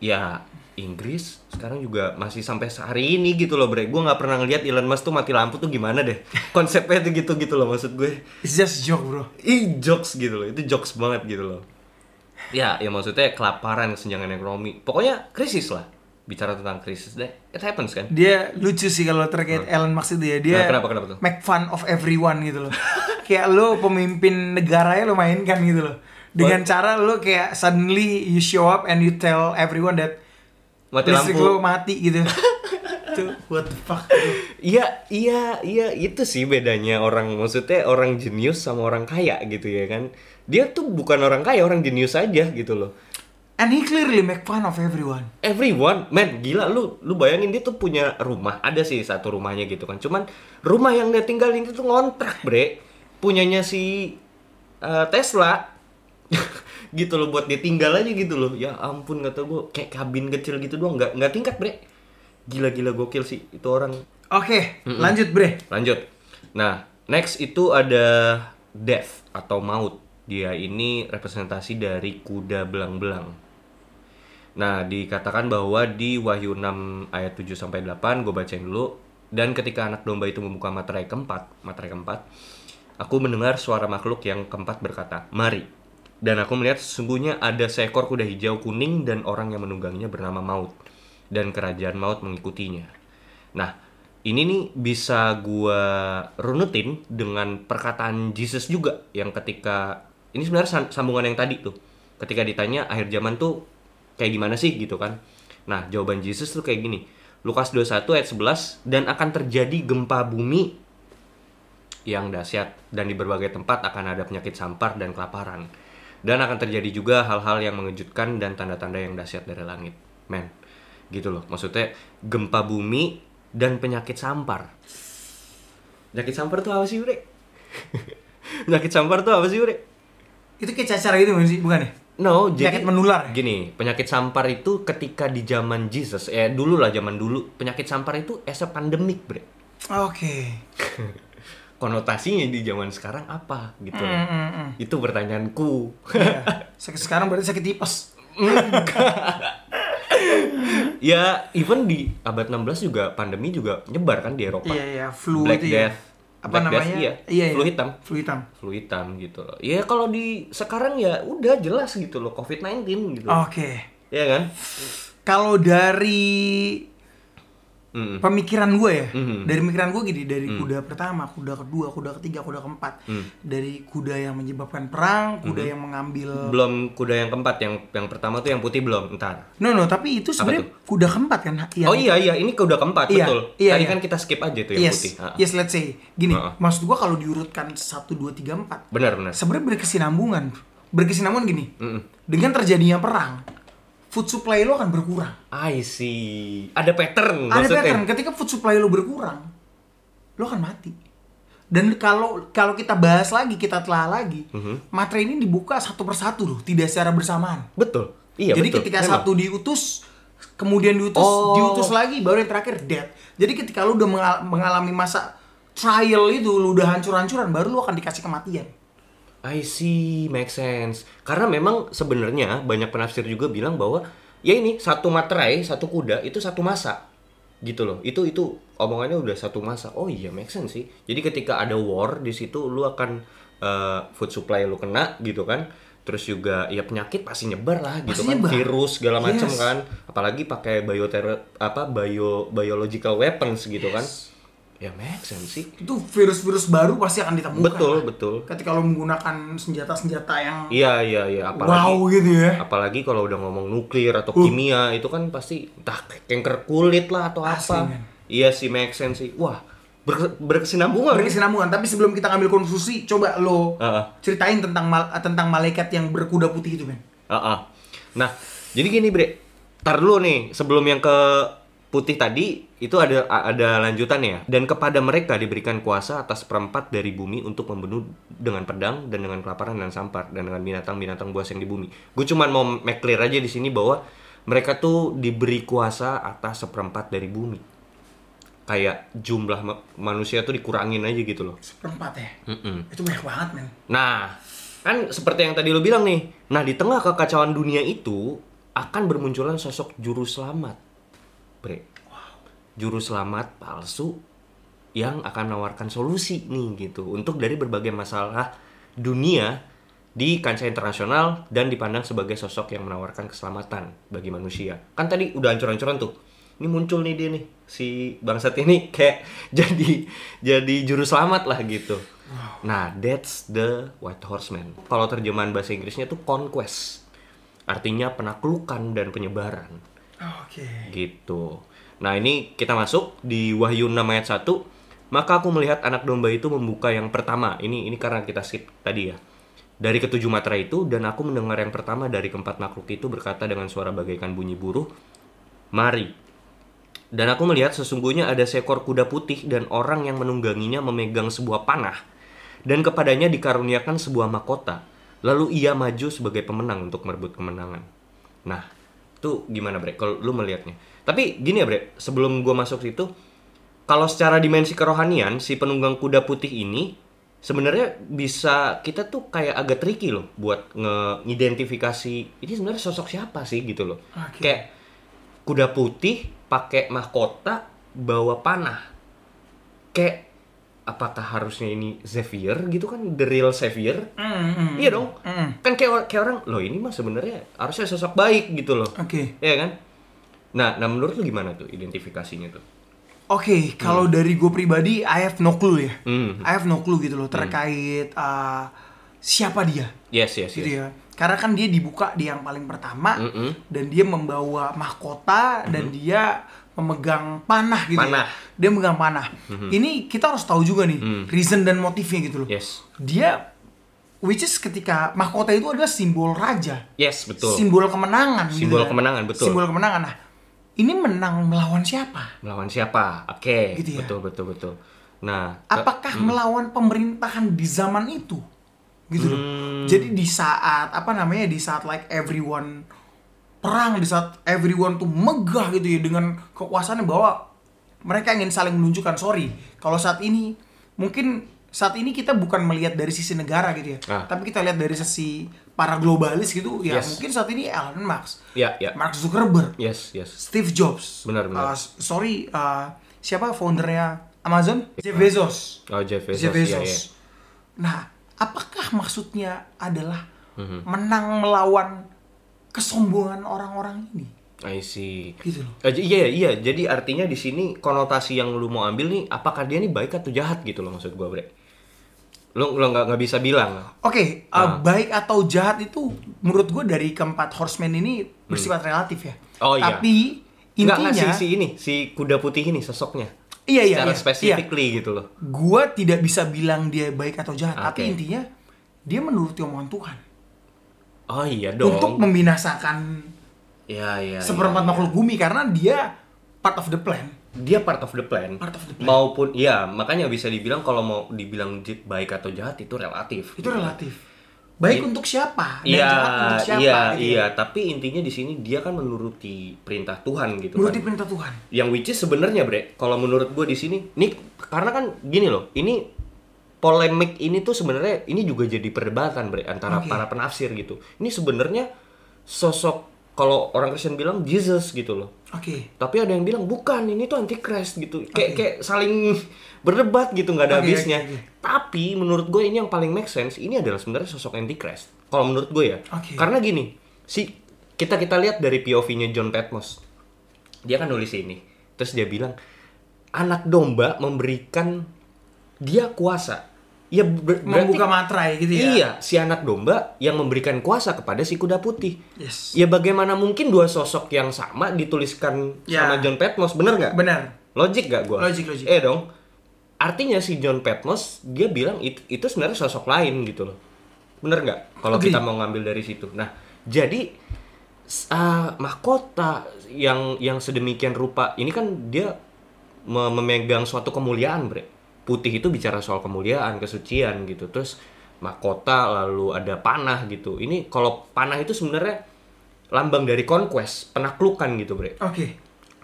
[SPEAKER 2] ya Inggris sekarang juga masih sampai sehari ini gitu loh bre Gue nggak pernah ngeliat Elon Musk tuh mati lampu tuh gimana deh Konsepnya tuh gitu-gitu loh maksud gue
[SPEAKER 1] It's just joke, Bro.
[SPEAKER 2] Ih jokes gitu loh, itu jokes banget gitu loh. Ya, ya maksudnya kelaparan, kesenjangan ekonomi. Pokoknya krisis lah. Bicara tentang krisis deh. It happens kan?
[SPEAKER 1] dia lucu sih kalau terkait Elon Musk itu ya dia
[SPEAKER 2] Hmm. Nah, kenapa, kenapa tuh?
[SPEAKER 1] make fun of everyone gitu loh kayak lo pemimpin negaranya lo mainkan gitu loh dengan cara lo kayak suddenly you show up and you tell everyone that
[SPEAKER 2] Mati
[SPEAKER 1] listrik
[SPEAKER 2] lampu.
[SPEAKER 1] lo mati gitu Itu what the fuck bro?
[SPEAKER 2] Iya, iya, iya, itu sih bedanya orang maksudnya orang jenius sama orang kaya gitu ya kan. Dia tuh bukan orang kaya, orang jenius aja gitu loh.
[SPEAKER 1] and he clearly make fun of everyone
[SPEAKER 2] Everyone, man, gila lu, lu bayangin dia tuh punya rumah, ada sih satu rumahnya gitu kan. Cuman rumah yang dia tinggalin itu tuh ngontrak, bre. Punyanya si eh, Tesla, gitu loh buat dia tinggal aja gitu loh. Ya ampun kata gue, kayak kabin kecil gitu doang, nggak nggak tingkat, bre. Gila-gila gokil sih itu orang.
[SPEAKER 1] oke lanjut bre
[SPEAKER 2] Lanjut. Nah, next itu ada death atau maut. Dia ini representasi dari kuda belang-belang. Nah, dikatakan bahwa di Wahyu 6 ayat 7 sampai 8 gue bacain dulu. Dan ketika anak domba itu membuka materai keempat, materai keempat, aku mendengar suara makhluk yang keempat berkata, "Mari." Dan aku melihat sesungguhnya ada seekor kuda hijau kuning dan orang yang menungganginya bernama Maut. Dan kerajaan Maut mengikutinya. Nah, ini nih bisa gua runutin dengan perkataan Jesus juga yang ketika ini sebenarnya sam- sambungan yang tadi tuh. Ketika ditanya akhir zaman tuh kayak gimana sih gitu kan. Nah, jawaban Yesus tuh kayak gini. Lukas 21 ayat 11 dan akan terjadi gempa bumi yang dahsyat dan di berbagai tempat akan ada penyakit sampar dan kelaparan. Dan akan terjadi juga hal-hal yang mengejutkan dan tanda-tanda yang dahsyat dari langit. Men, gitu loh. Maksudnya gempa bumi dan penyakit sampar. Penyakit sampar tuh apa sih, Bre? penyakit sampar tuh apa sih, Bre?
[SPEAKER 1] itu kayak cacar gitu bukan sih bukan ya
[SPEAKER 2] No, jadi-
[SPEAKER 1] Penyakit menular ya?
[SPEAKER 2] Gini, penyakit sampar itu ketika di zaman Jesus, eh dulu lah zaman dulu, penyakit sampar itu as a pandemic, Bre.
[SPEAKER 1] oke
[SPEAKER 2] konotasinya di zaman sekarang apa gitu loh.
[SPEAKER 1] Mm, mm, mm.
[SPEAKER 2] itu pertanyaanku
[SPEAKER 1] Iya. Sek- Sekarang berarti sakit tipes.
[SPEAKER 2] ya even di abad 16 juga pandemi juga nyebar kan di Eropa
[SPEAKER 1] Iya iya, flu
[SPEAKER 2] Black
[SPEAKER 1] itu ya.
[SPEAKER 2] Death.
[SPEAKER 1] Apa
[SPEAKER 2] Black Death,
[SPEAKER 1] namanya?
[SPEAKER 2] iya.
[SPEAKER 1] Iya,
[SPEAKER 2] Flu hitam.
[SPEAKER 1] Flu hitam.
[SPEAKER 2] flu hitam gitu loh ya kalau di sekarang ya udah jelas gitu loh COVID-19 gitu
[SPEAKER 1] Oke.
[SPEAKER 2] ya kan
[SPEAKER 1] Kalau dari
[SPEAKER 2] Mm.
[SPEAKER 1] pemikiran gue ya,
[SPEAKER 2] Mhm.
[SPEAKER 1] dari pemikiran gue gini, dari
[SPEAKER 2] Hmm.
[SPEAKER 1] kuda pertama, kuda kedua, kuda ketiga, kuda keempat, dari kuda yang menyebabkan perang, kuda
[SPEAKER 2] Hmm.
[SPEAKER 1] yang mengambil
[SPEAKER 2] belum kuda yang keempat yang yang pertama tuh yang putih belum ntar
[SPEAKER 1] No no, tapi itu sebenarnya kuda keempat kan? Yang,
[SPEAKER 2] oh iya iya ini kuda keempat
[SPEAKER 1] Iya,
[SPEAKER 2] betul
[SPEAKER 1] iya,
[SPEAKER 2] tadi
[SPEAKER 1] iya.
[SPEAKER 2] kan kita skip aja tuh yang
[SPEAKER 1] Yes,
[SPEAKER 2] putih Ha.
[SPEAKER 1] yes let's say. Gini,
[SPEAKER 2] Ha-ha. Hmm.
[SPEAKER 1] maksud gue kalau diurutkan 1, 2, 3, 4,
[SPEAKER 2] benar benar
[SPEAKER 1] sebenarnya berkesinambungan. Berkesinambungan gini,
[SPEAKER 2] Mm-mm.
[SPEAKER 1] dengan terjadinya perang, food supply lo akan berkurang.
[SPEAKER 2] I see ada pattern
[SPEAKER 1] Ada
[SPEAKER 2] maksudnya
[SPEAKER 1] pattern, ketika food supply lo berkurang, lo akan mati. Dan kalau kalau kita bahas lagi, kita telah lagi,
[SPEAKER 2] Mhm.
[SPEAKER 1] materi ini dibuka satu persatu loh, tidak secara bersamaan.
[SPEAKER 2] betul iya
[SPEAKER 1] Jadi
[SPEAKER 2] betul.
[SPEAKER 1] ketika
[SPEAKER 2] Memang.
[SPEAKER 1] satu diutus, kemudian diutus,
[SPEAKER 2] Oh.
[SPEAKER 1] diutus lagi, baru yang terakhir dead. Jadi ketika lu udah mengal- mengalami masa trial itu, lu udah hancur-hancuran, baru lu akan dikasih kematian.
[SPEAKER 2] I see, make sense. Karena memang sebenarnya banyak penafsir juga bilang bahwa ya ini satu materai, satu kuda itu satu masa. Gitu loh. Itu itu omongannya udah satu masa. Oh iya, make sense sih. Jadi ketika ada war di situ lu akan eh, food supply lu kena gitu kan. Terus juga ya penyakit pasti nyebar lah gitu
[SPEAKER 1] Pasti
[SPEAKER 2] kan.
[SPEAKER 1] nyebar.
[SPEAKER 2] Virus segala macam
[SPEAKER 1] Yes.
[SPEAKER 2] kan. Apalagi pakai bioter apa bio biological weapons gitu kan. Ya make sense sih.
[SPEAKER 1] Itu virus-virus baru pasti akan ditemukan.
[SPEAKER 2] Betul,
[SPEAKER 1] lah.
[SPEAKER 2] betul.
[SPEAKER 1] Ketika lu menggunakan senjata-senjata yang
[SPEAKER 2] Iya, iya, iya. Apalagi
[SPEAKER 1] wow gitu ya.
[SPEAKER 2] apalagi kalau udah ngomong nuklir atau kimia itu kan pasti entah kanker kulit lah atau
[SPEAKER 1] Asli,
[SPEAKER 2] apa
[SPEAKER 1] men.
[SPEAKER 2] iya sih make sense sih wah ber- berkesinambungan
[SPEAKER 1] Berkesinambungan, tapi sebelum kita ngambil konklusi, coba lo
[SPEAKER 2] Heeh.
[SPEAKER 1] ceritain tentang mal- tentang malaikat yang berkuda putih itu, Ben.
[SPEAKER 2] Heeh. nah jadi gini bre tar dulu nih sebelum yang ke putih tadi itu ada a- ada lanjutannya ya dan kepada mereka diberikan kuasa atas perempat dari bumi untuk membunuh dengan pedang dan dengan kelaparan dan sampar dan dengan binatang-binatang buas yang di bumi gue cuman mau make clear aja di sini bahwa mereka tuh diberi kuasa atas seperempat dari bumi kayak jumlah ma- manusia tuh dikurangin aja gitu loh.
[SPEAKER 1] Seperempat ya.
[SPEAKER 2] Mm-mm.
[SPEAKER 1] Itu banyak banget, men.
[SPEAKER 2] Nah, kan seperti yang tadi lo bilang nih. Nah, di tengah kekacauan dunia itu akan bermunculan sosok juru selamat. Bre. Juru selamat palsu yang akan menawarkan solusi nih gitu untuk dari berbagai masalah dunia di kancah internasional dan dipandang sebagai sosok yang menawarkan keselamatan bagi manusia. Kan tadi udah hancur-hancuran tuh. Ini muncul nih dia nih si bangsat ini kayak jadi jadi juru selamat lah gitu. Nah, that's the white horseman. Kalau terjemahan bahasa Inggrisnya tuh conquest. Artinya penaklukan dan penyebaran
[SPEAKER 1] Ah, Oke.
[SPEAKER 2] gitu. Nah ini kita masuk di Wahyu 6 ayat 1. Maka aku melihat anak domba itu membuka yang pertama. Ini ini karena kita skip tadi ya. Dari ketujuh materai itu dan aku mendengar yang pertama dari keempat makhluk itu berkata dengan suara bagaikan bunyi buruh, "Mari." Dan aku melihat sesungguhnya ada seekor kuda putih dan orang yang menungganginya memegang sebuah panah dan kepadanya dikaruniakan sebuah mahkota. Lalu ia maju sebagai pemenang untuk merebut kemenangan. Nah, itu gimana Bre? Kalau lu melihatnya. Tapi gini ya Bre, sebelum gua masuk situ, kalau secara dimensi kerohanian si penunggang kuda putih ini sebenarnya bisa kita tuh kayak agak tricky loh buat ngeidentifikasi ini sebenarnya sosok siapa sih gitu loh.
[SPEAKER 1] Oke.
[SPEAKER 2] Kayak kuda putih pakai mahkota bawa panah kayak apakah harusnya ini Xavier gitu kan the real Xavier
[SPEAKER 1] Mm-mm.
[SPEAKER 2] iya dong
[SPEAKER 1] Mm-mm.
[SPEAKER 2] kan kayak or- kayak orang loh ini mah sebenarnya harusnya sosok baik gitu loh
[SPEAKER 1] Oke.
[SPEAKER 2] Iya kan nah nah menurut lu gimana tuh identifikasinya tuh
[SPEAKER 1] Oke, kalau
[SPEAKER 2] Mm.
[SPEAKER 1] dari gue pribadi, I have no clue ya.
[SPEAKER 2] Hmm.
[SPEAKER 1] I have no clue gitu loh terkait uh, siapa dia,
[SPEAKER 2] yes yes
[SPEAKER 1] gitu ya.
[SPEAKER 2] yes
[SPEAKER 1] Karena kan dia dibuka di yang paling pertama,
[SPEAKER 2] Mm-mm.
[SPEAKER 1] dan dia membawa mahkota dan dia memegang panah gitu. ya.
[SPEAKER 2] Panah. Mm.
[SPEAKER 1] Dia memegang panah. Ini kita harus tahu juga nih reason dan motifnya gitu loh.
[SPEAKER 2] yes
[SPEAKER 1] Dia, which is ketika mahkota itu adalah simbol raja,
[SPEAKER 2] yes betul
[SPEAKER 1] simbol kemenangan. gitu
[SPEAKER 2] Simbol
[SPEAKER 1] kan.
[SPEAKER 2] kemenangan, betul.
[SPEAKER 1] Simbol kemenangan. Nah, ini menang melawan siapa?
[SPEAKER 2] melawan siapa oke
[SPEAKER 1] Gitu ya.
[SPEAKER 2] betul betul betul nah ke-
[SPEAKER 1] apakah melawan pemerintahan di zaman itu gitu loh
[SPEAKER 2] Hmm.
[SPEAKER 1] jadi di saat apa namanya di saat like everyone perang di saat everyone tuh megah gitu ya dengan kekuasaannya bahwa mereka ingin saling menunjukkan sorry kalau saat ini mungkin saat ini kita bukan melihat dari sisi negara gitu ya,
[SPEAKER 2] Ah.
[SPEAKER 1] tapi kita lihat dari sisi para globalis gitu. Ya
[SPEAKER 2] Yes.
[SPEAKER 1] mungkin saat ini Elon Musk,
[SPEAKER 2] Ya, ya.
[SPEAKER 1] Mark Zuckerberg,
[SPEAKER 2] Yes, yes.
[SPEAKER 1] Steve Jobs.
[SPEAKER 2] Benar, benar.
[SPEAKER 1] Uh, s- sorry, uh, siapa foundernya Amazon? Jeff Bezos.
[SPEAKER 2] Oh, Jeff Bezos.
[SPEAKER 1] Jeff
[SPEAKER 2] iya,
[SPEAKER 1] Bezos.
[SPEAKER 2] iya.
[SPEAKER 1] Nah, apakah maksudnya adalah
[SPEAKER 2] Mhm.
[SPEAKER 1] menang melawan kesombongan orang-orang ini?
[SPEAKER 2] I see.
[SPEAKER 1] Gitu loh.
[SPEAKER 2] Eh, j- iya iya jadi artinya di sini konotasi yang lu mau ambil nih apakah dia nih baik atau jahat gitu loh maksud gua bre. Lu lu nggak nggak bisa bilang.
[SPEAKER 1] Oke, uh,
[SPEAKER 2] Ah.
[SPEAKER 1] baik atau jahat itu menurut gue dari keempat horseman ini bersifat relatif ya.
[SPEAKER 2] Oh, iya.
[SPEAKER 1] Tapi
[SPEAKER 2] Nggak,
[SPEAKER 1] intinya,
[SPEAKER 2] nggak, si, si ini si kuda putih ini sosoknya.
[SPEAKER 1] iya iya, iya,
[SPEAKER 2] Secara
[SPEAKER 1] iya.
[SPEAKER 2] specifically gitu loh.
[SPEAKER 1] Gue tidak bisa bilang dia baik atau jahat, tapi
[SPEAKER 2] Oke.
[SPEAKER 1] intinya dia menuruti omongan Tuhan
[SPEAKER 2] Oh iya dong.
[SPEAKER 1] untuk membinasakan
[SPEAKER 2] Iya iya.
[SPEAKER 1] seperempat
[SPEAKER 2] iya, iya.
[SPEAKER 1] makhluk bumi karena dia part of the plan.
[SPEAKER 2] Dia part of the plan.
[SPEAKER 1] Part of the plan.
[SPEAKER 2] Maupun ya makanya bisa dibilang kalau mau dibilang j- baik atau jahat itu relatif.
[SPEAKER 1] Itu relatif. Baik untuk siapa dan
[SPEAKER 2] Gitu. Iya,
[SPEAKER 1] jahat untuk siapa
[SPEAKER 2] iya,
[SPEAKER 1] gitu ya.
[SPEAKER 2] iya. Tapi intinya di sini dia kan menuruti perintah Tuhan gitu kan.
[SPEAKER 1] Menuruti perintah Tuhan.
[SPEAKER 2] yang which is sebenarnya bre kalau menurut gue di sini nih karena kan gini loh ini polemik ini tuh sebenarnya ini juga jadi perdebatan bre antara
[SPEAKER 1] Oke.
[SPEAKER 2] para penafsir gitu ini sebenarnya sosok kalau orang Kristen bilang Jesus gitu loh
[SPEAKER 1] Oke.
[SPEAKER 2] tapi ada yang bilang bukan ini tuh antichrist gitu kayak
[SPEAKER 1] Oke.
[SPEAKER 2] kayak saling berdebat gitu nggak ada
[SPEAKER 1] Oke,
[SPEAKER 2] habisnya
[SPEAKER 1] oke, oke.
[SPEAKER 2] tapi menurut gue ini yang paling make sense ini adalah sebenarnya sosok antichrist kalau menurut gue ya
[SPEAKER 1] Oke.
[SPEAKER 2] karena gini si kita kita lihat dari POV-nya John Patmos dia kan nulis ini terus dia bilang anak domba memberikan dia kuasa ya ber- berarti-
[SPEAKER 1] Membuka materai gitu ya.
[SPEAKER 2] Iya, si anak domba yang memberikan kuasa kepada si kuda putih.
[SPEAKER 1] Yes.
[SPEAKER 2] Ya bagaimana mungkin dua sosok yang sama dituliskan
[SPEAKER 1] Ya.
[SPEAKER 2] sama John Patmos, bener nggak?
[SPEAKER 1] Benar.
[SPEAKER 2] Logik nggak gua?
[SPEAKER 1] Logik, logik.
[SPEAKER 2] Eh dong. Artinya si John Patmos dia bilang itu, itu sebenarnya sosok lain gitu loh. Bener nggak? Kalau
[SPEAKER 1] Agree.
[SPEAKER 2] kita mau ngambil dari situ. Nah, jadi s- ah, mahkota yang yang sedemikian rupa ini kan dia me- memegang suatu kemuliaan, Bre. Putih itu bicara soal kemuliaan, kesucian gitu. Terus mahkota lalu ada panah gitu. Ini kalau panah itu sebenarnya lambang dari conquest, penaklukan gitu, Bre
[SPEAKER 1] Oke.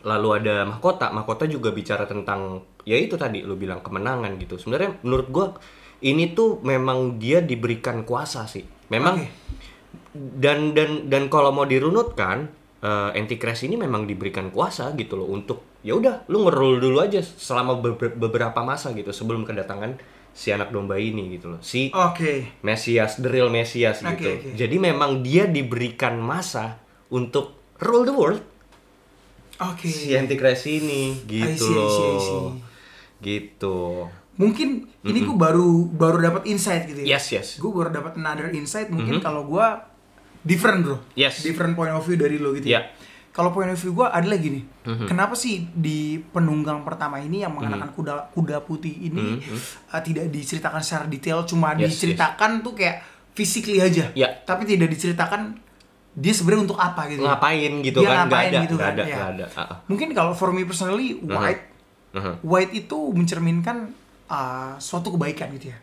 [SPEAKER 2] lalu ada mahkota mahkota juga bicara tentang ya itu tadi lu bilang kemenangan gitu sebenarnya menurut gua ini tuh memang dia diberikan kuasa sih memang
[SPEAKER 1] Oke.
[SPEAKER 2] dan dan dan kalau mau dirunutkan eh Antichrist ini memang diberikan kuasa gitu loh untuk ya udah lu ngerul dulu aja selama beber- beberapa masa gitu sebelum kedatangan si anak domba ini gitu loh si
[SPEAKER 1] Oke.
[SPEAKER 2] Mesias, the real Mesias
[SPEAKER 1] Oh. Oke,
[SPEAKER 2] gitu.
[SPEAKER 1] oke.
[SPEAKER 2] Jadi memang dia diberikan masa untuk rule the world
[SPEAKER 1] Oke.
[SPEAKER 2] si Antichrist ini gitu
[SPEAKER 1] I see, I see, I see.
[SPEAKER 2] loh gitu
[SPEAKER 1] Mungkin ini gue baru baru dapat insight gitu ya.
[SPEAKER 2] yes yes
[SPEAKER 1] Gue baru dapat another insight mungkin kalau gue different bro.
[SPEAKER 2] Yes.
[SPEAKER 1] Different point of view dari lo gitu
[SPEAKER 2] Yeah. Mm-hmm.
[SPEAKER 1] ya. Kalau point of view gue adalah gini. Kenapa sih di penunggang pertama ini yang mengenakan kuda kuda putih ini eh, tidak diceritakan secara detail, cuma
[SPEAKER 2] Yes, yes.
[SPEAKER 1] diceritakan tuh kayak physically aja.
[SPEAKER 2] Yeah.
[SPEAKER 1] Tapi tidak diceritakan dia sebenarnya untuk apa gitu. ya.
[SPEAKER 2] ngapain gitu
[SPEAKER 1] Dia
[SPEAKER 2] kan nggak
[SPEAKER 1] ngapain
[SPEAKER 2] ada
[SPEAKER 1] gitu
[SPEAKER 2] nggak
[SPEAKER 1] kan,
[SPEAKER 2] ada
[SPEAKER 1] ya.
[SPEAKER 2] nggak ada Ah, ah.
[SPEAKER 1] Mungkin kalau for me personally white
[SPEAKER 2] Mhm.
[SPEAKER 1] white itu mencerminkan uh, suatu kebaikan gitu ya.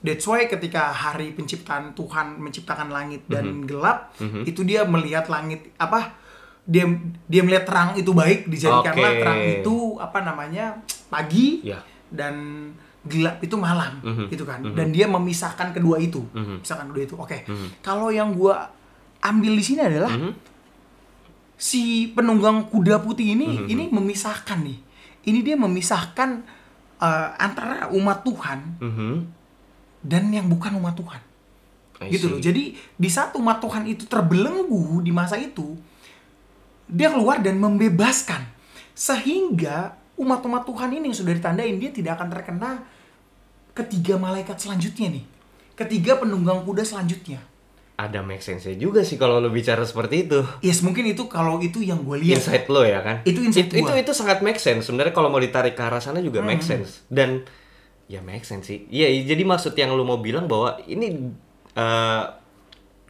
[SPEAKER 1] That's why ketika hari penciptaan Tuhan menciptakan langit dan
[SPEAKER 2] Mhm.
[SPEAKER 1] gelap, itu dia melihat langit apa dia dia melihat terang itu baik dijadikanlah
[SPEAKER 2] Oke.
[SPEAKER 1] terang itu apa namanya pagi
[SPEAKER 2] Ya.
[SPEAKER 1] dan gelap itu malam
[SPEAKER 2] Mhm,
[SPEAKER 1] gitu kan dan dia memisahkan kedua itu
[SPEAKER 2] Mhm.
[SPEAKER 1] misalkan kedua itu oke kalau yang gua ambil di sini adalah
[SPEAKER 2] Mhm.
[SPEAKER 1] si penunggang kuda putih ini
[SPEAKER 2] Mhm.
[SPEAKER 1] ini memisahkan nih. Ini dia memisahkan eh, antara umat Tuhan
[SPEAKER 2] Mhm.
[SPEAKER 1] dan yang bukan umat Tuhan.
[SPEAKER 2] I
[SPEAKER 1] Gitu
[SPEAKER 2] see.
[SPEAKER 1] loh. Jadi di saat umat Tuhan itu terbelenggu di masa itu, dia keluar dan membebaskan sehingga umat-umat Tuhan ini yang sudah ditandain dia tidak akan terkena ketiga malaikat selanjutnya nih. Ketiga penunggang kuda selanjutnya.
[SPEAKER 2] ada make sense juga sih kalau lo bicara seperti itu
[SPEAKER 1] Yes, mungkin itu kalau itu yang gue lihat.
[SPEAKER 2] insight lo ya kan
[SPEAKER 1] Iya. Itu insight
[SPEAKER 2] itu, itu
[SPEAKER 1] gua. Hmm.
[SPEAKER 2] itu sangat make sense sebenarnya kalau mau ditarik ke arah sana juga make sense dan ya make sense sih iya jadi maksud yang lo mau bilang bahwa ini eh,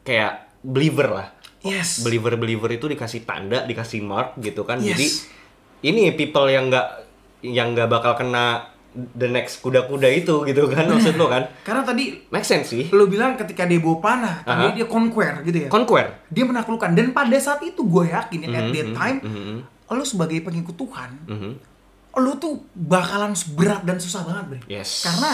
[SPEAKER 2] kayak believer lah
[SPEAKER 1] Yes.
[SPEAKER 2] believer believer itu dikasih tanda dikasih mark gitu kan
[SPEAKER 1] Yes.
[SPEAKER 2] jadi ini people yang nggak yang nggak bakal kena the next kuda-kuda itu gitu kan maksud lo kan
[SPEAKER 1] Karena tadi
[SPEAKER 2] make sense sih
[SPEAKER 1] lo bilang ketika dia bawa panah, tadi
[SPEAKER 2] Aha.
[SPEAKER 1] dia conquer gitu ya.
[SPEAKER 2] conquer
[SPEAKER 1] dia menaklukkan dan pada saat itu gue yakin ya, at that time, lo sebagai pengikut Tuhan,
[SPEAKER 2] Mhm.
[SPEAKER 1] lo tuh bakalan berat dan susah banget, Bre.
[SPEAKER 2] Yes.
[SPEAKER 1] Karena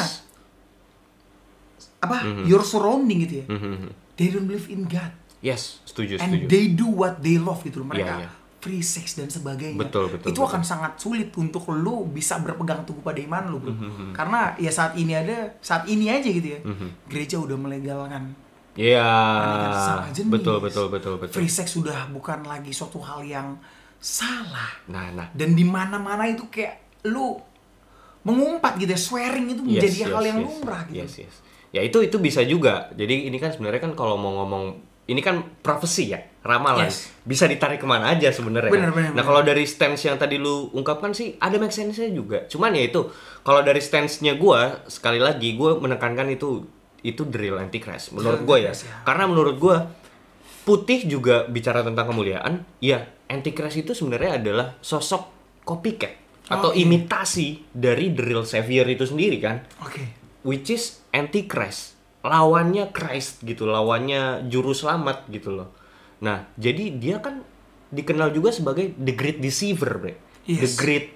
[SPEAKER 1] apa your surrounding gitu ya
[SPEAKER 2] Mhm.
[SPEAKER 1] they don't believe in God
[SPEAKER 2] Yes, setuju,
[SPEAKER 1] and
[SPEAKER 2] setuju.
[SPEAKER 1] they do what they love gitu loh mereka
[SPEAKER 2] Iya, iya.
[SPEAKER 1] free sex dan sebagainya
[SPEAKER 2] Betul, betul,
[SPEAKER 1] itu
[SPEAKER 2] betul.
[SPEAKER 1] akan sangat sulit untuk lu bisa berpegang teguh pada iman lu
[SPEAKER 2] Mhm,
[SPEAKER 1] bro karena ya saat ini ada saat ini aja gitu ya
[SPEAKER 2] Mhm.
[SPEAKER 1] gereja udah melegalkan
[SPEAKER 2] Iya.
[SPEAKER 1] pernikahan sesama kan jenis.
[SPEAKER 2] Betul, betul, betul, betul.
[SPEAKER 1] free sex sudah bukan lagi suatu hal yang salah
[SPEAKER 2] Nah, nah.
[SPEAKER 1] dan di mana mana itu kayak lu mengumpat gitu ya swearing itu
[SPEAKER 2] Yes,
[SPEAKER 1] menjadi
[SPEAKER 2] yes,
[SPEAKER 1] hal yang
[SPEAKER 2] yes.
[SPEAKER 1] lumrah gitu
[SPEAKER 2] Yes, yes. Ya itu itu bisa juga. Jadi ini kan sebenarnya kan kalau mau ngomong ini kan profesi ya, ramalan.
[SPEAKER 1] Yes.
[SPEAKER 2] Bisa ditarik kemana aja sebenarnya.
[SPEAKER 1] Bener, bener, bener.
[SPEAKER 2] nah, kalau dari stance yang tadi lu ungkapkan sih ada make sense-nya juga. Cuman ya itu kalau dari stance-nya gua sekali lagi gua menekankan itu itu the real antichrist menurut
[SPEAKER 1] Real
[SPEAKER 2] gua ya.
[SPEAKER 1] antichrist, ya.
[SPEAKER 2] Karena menurut gua putih juga bicara tentang kemuliaan, ya antichrist itu sebenarnya adalah sosok copycat atau
[SPEAKER 1] Oh, iya.
[SPEAKER 2] imitasi dari the real savior itu sendiri kan
[SPEAKER 1] oke
[SPEAKER 2] which is anti Christ lawannya Christ gitu lawannya juru selamat gitu loh nah jadi dia kan dikenal juga sebagai the great deceiver bre the
[SPEAKER 1] Yes.
[SPEAKER 2] great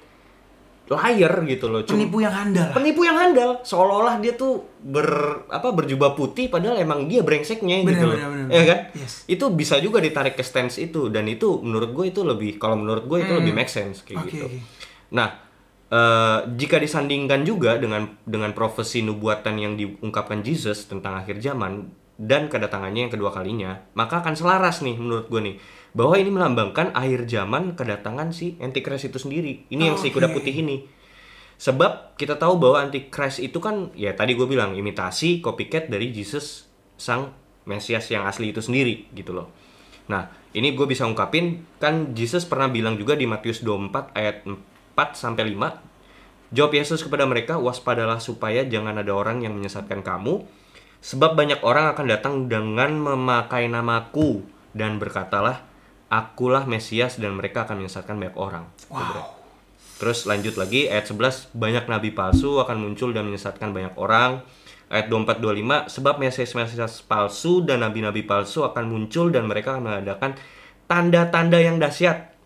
[SPEAKER 2] liar gitu loh Cuma-
[SPEAKER 1] penipu yang handal
[SPEAKER 2] penipu yang handal seolah-olah dia tuh ber apa berjubah putih padahal emang dia brengseknya
[SPEAKER 1] Bener,
[SPEAKER 2] gitu loh.
[SPEAKER 1] bener, bener,
[SPEAKER 2] ya
[SPEAKER 1] bener.
[SPEAKER 2] kan
[SPEAKER 1] Yes.
[SPEAKER 2] itu bisa juga ditarik ke stance itu dan itu menurut gue itu lebih kalau menurut gue itu lebih make sense
[SPEAKER 1] Hmm.
[SPEAKER 2] kayak
[SPEAKER 1] Oke,
[SPEAKER 2] gitu
[SPEAKER 1] oke.
[SPEAKER 2] nah eh, jika disandingkan juga dengan dengan profesi nubuatan yang diungkapkan Jesus tentang akhir zaman dan kedatangannya yang kedua kalinya maka akan selaras nih menurut gue nih bahwa ini melambangkan akhir zaman kedatangan si Antichrist itu sendiri ini yang si kuda
[SPEAKER 1] Oke.
[SPEAKER 2] putih ini Sebab kita tahu bahwa Antichrist itu kan ya tadi gue bilang imitasi copycat dari Jesus sang Mesias yang asli itu sendiri gitu loh. Nah ini gue bisa ungkapin kan Jesus pernah bilang juga di Matius 24 ayat 4 sampai 5 Jawab Yesus kepada mereka waspadalah supaya jangan ada orang yang menyesatkan kamu sebab banyak orang akan datang dengan memakai namaku dan berkatalah akulah Mesias dan mereka akan menyesatkan banyak orang.
[SPEAKER 1] wow
[SPEAKER 2] Terus lanjut lagi ayat 11 banyak nabi palsu akan muncul dan menyesatkan banyak orang. Ayat 24 25 sebab mesias-mesias palsu dan nabi-nabi palsu akan muncul dan mereka akan mengadakan tanda-tanda yang dahsyat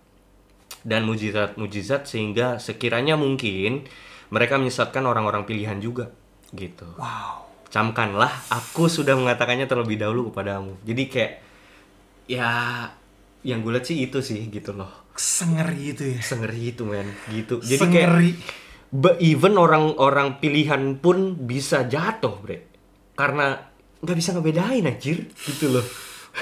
[SPEAKER 2] dan mujizat-mujizat sehingga sekiranya mungkin mereka menyesatkan orang-orang pilihan juga gitu.
[SPEAKER 1] wow
[SPEAKER 2] Camkanlah aku sudah mengatakannya terlebih dahulu kepadamu. Jadi kayak ya yang gue lihat sih itu sih gitu loh
[SPEAKER 1] sengeri itu ya
[SPEAKER 2] sengeri itu men gitu jadi
[SPEAKER 1] Sengeri.
[SPEAKER 2] kayak be- even orang-orang pilihan pun bisa jatuh bre karena nggak bisa ngebedain anjir gitu loh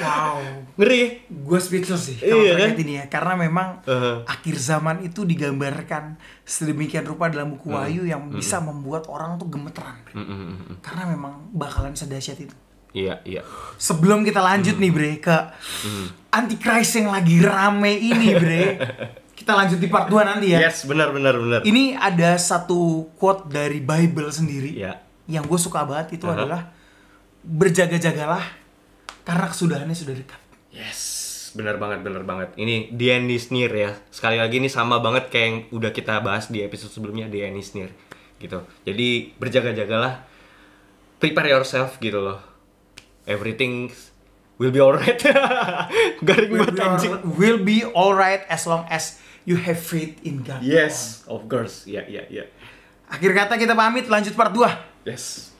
[SPEAKER 1] wow
[SPEAKER 2] ngeri ya?
[SPEAKER 1] gue speechless sih
[SPEAKER 2] Iya
[SPEAKER 1] kalau
[SPEAKER 2] kan?
[SPEAKER 1] terkait ini ya karena memang
[SPEAKER 2] Heeh.
[SPEAKER 1] akhir zaman itu digambarkan sedemikian rupa dalam buku
[SPEAKER 2] Hmm.
[SPEAKER 1] Wahyu yang bisa membuat orang tuh gemeteran
[SPEAKER 2] Mm,
[SPEAKER 1] Bre. karena memang bakalan sedahsyat itu
[SPEAKER 2] iya iya
[SPEAKER 1] sebelum kita lanjut nih bre ke antichrist yang lagi rame ini bre kita lanjut di part 2 nanti ya
[SPEAKER 2] yes benar benar benar
[SPEAKER 1] ini ada satu quote dari Bible sendiri
[SPEAKER 2] Iya.
[SPEAKER 1] yang gue suka banget itu
[SPEAKER 2] Uh-huh.
[SPEAKER 1] adalah berjaga-jagalah karena kesudahannya sudah dekat
[SPEAKER 2] yes benar banget benar banget ini the end is near ya sekali lagi ini sama banget kayak yang udah kita bahas di episode sebelumnya the end is near gitu jadi berjaga-jagalah prepare yourself gitu loh everything will be alright garing
[SPEAKER 1] will be,
[SPEAKER 2] banget anjing
[SPEAKER 1] alright- will be alright as long as you have faith in God.
[SPEAKER 2] Yes, of course. Ya, ya, ya.
[SPEAKER 1] Akhir kata kita pamit lanjut part 2.
[SPEAKER 2] Yes.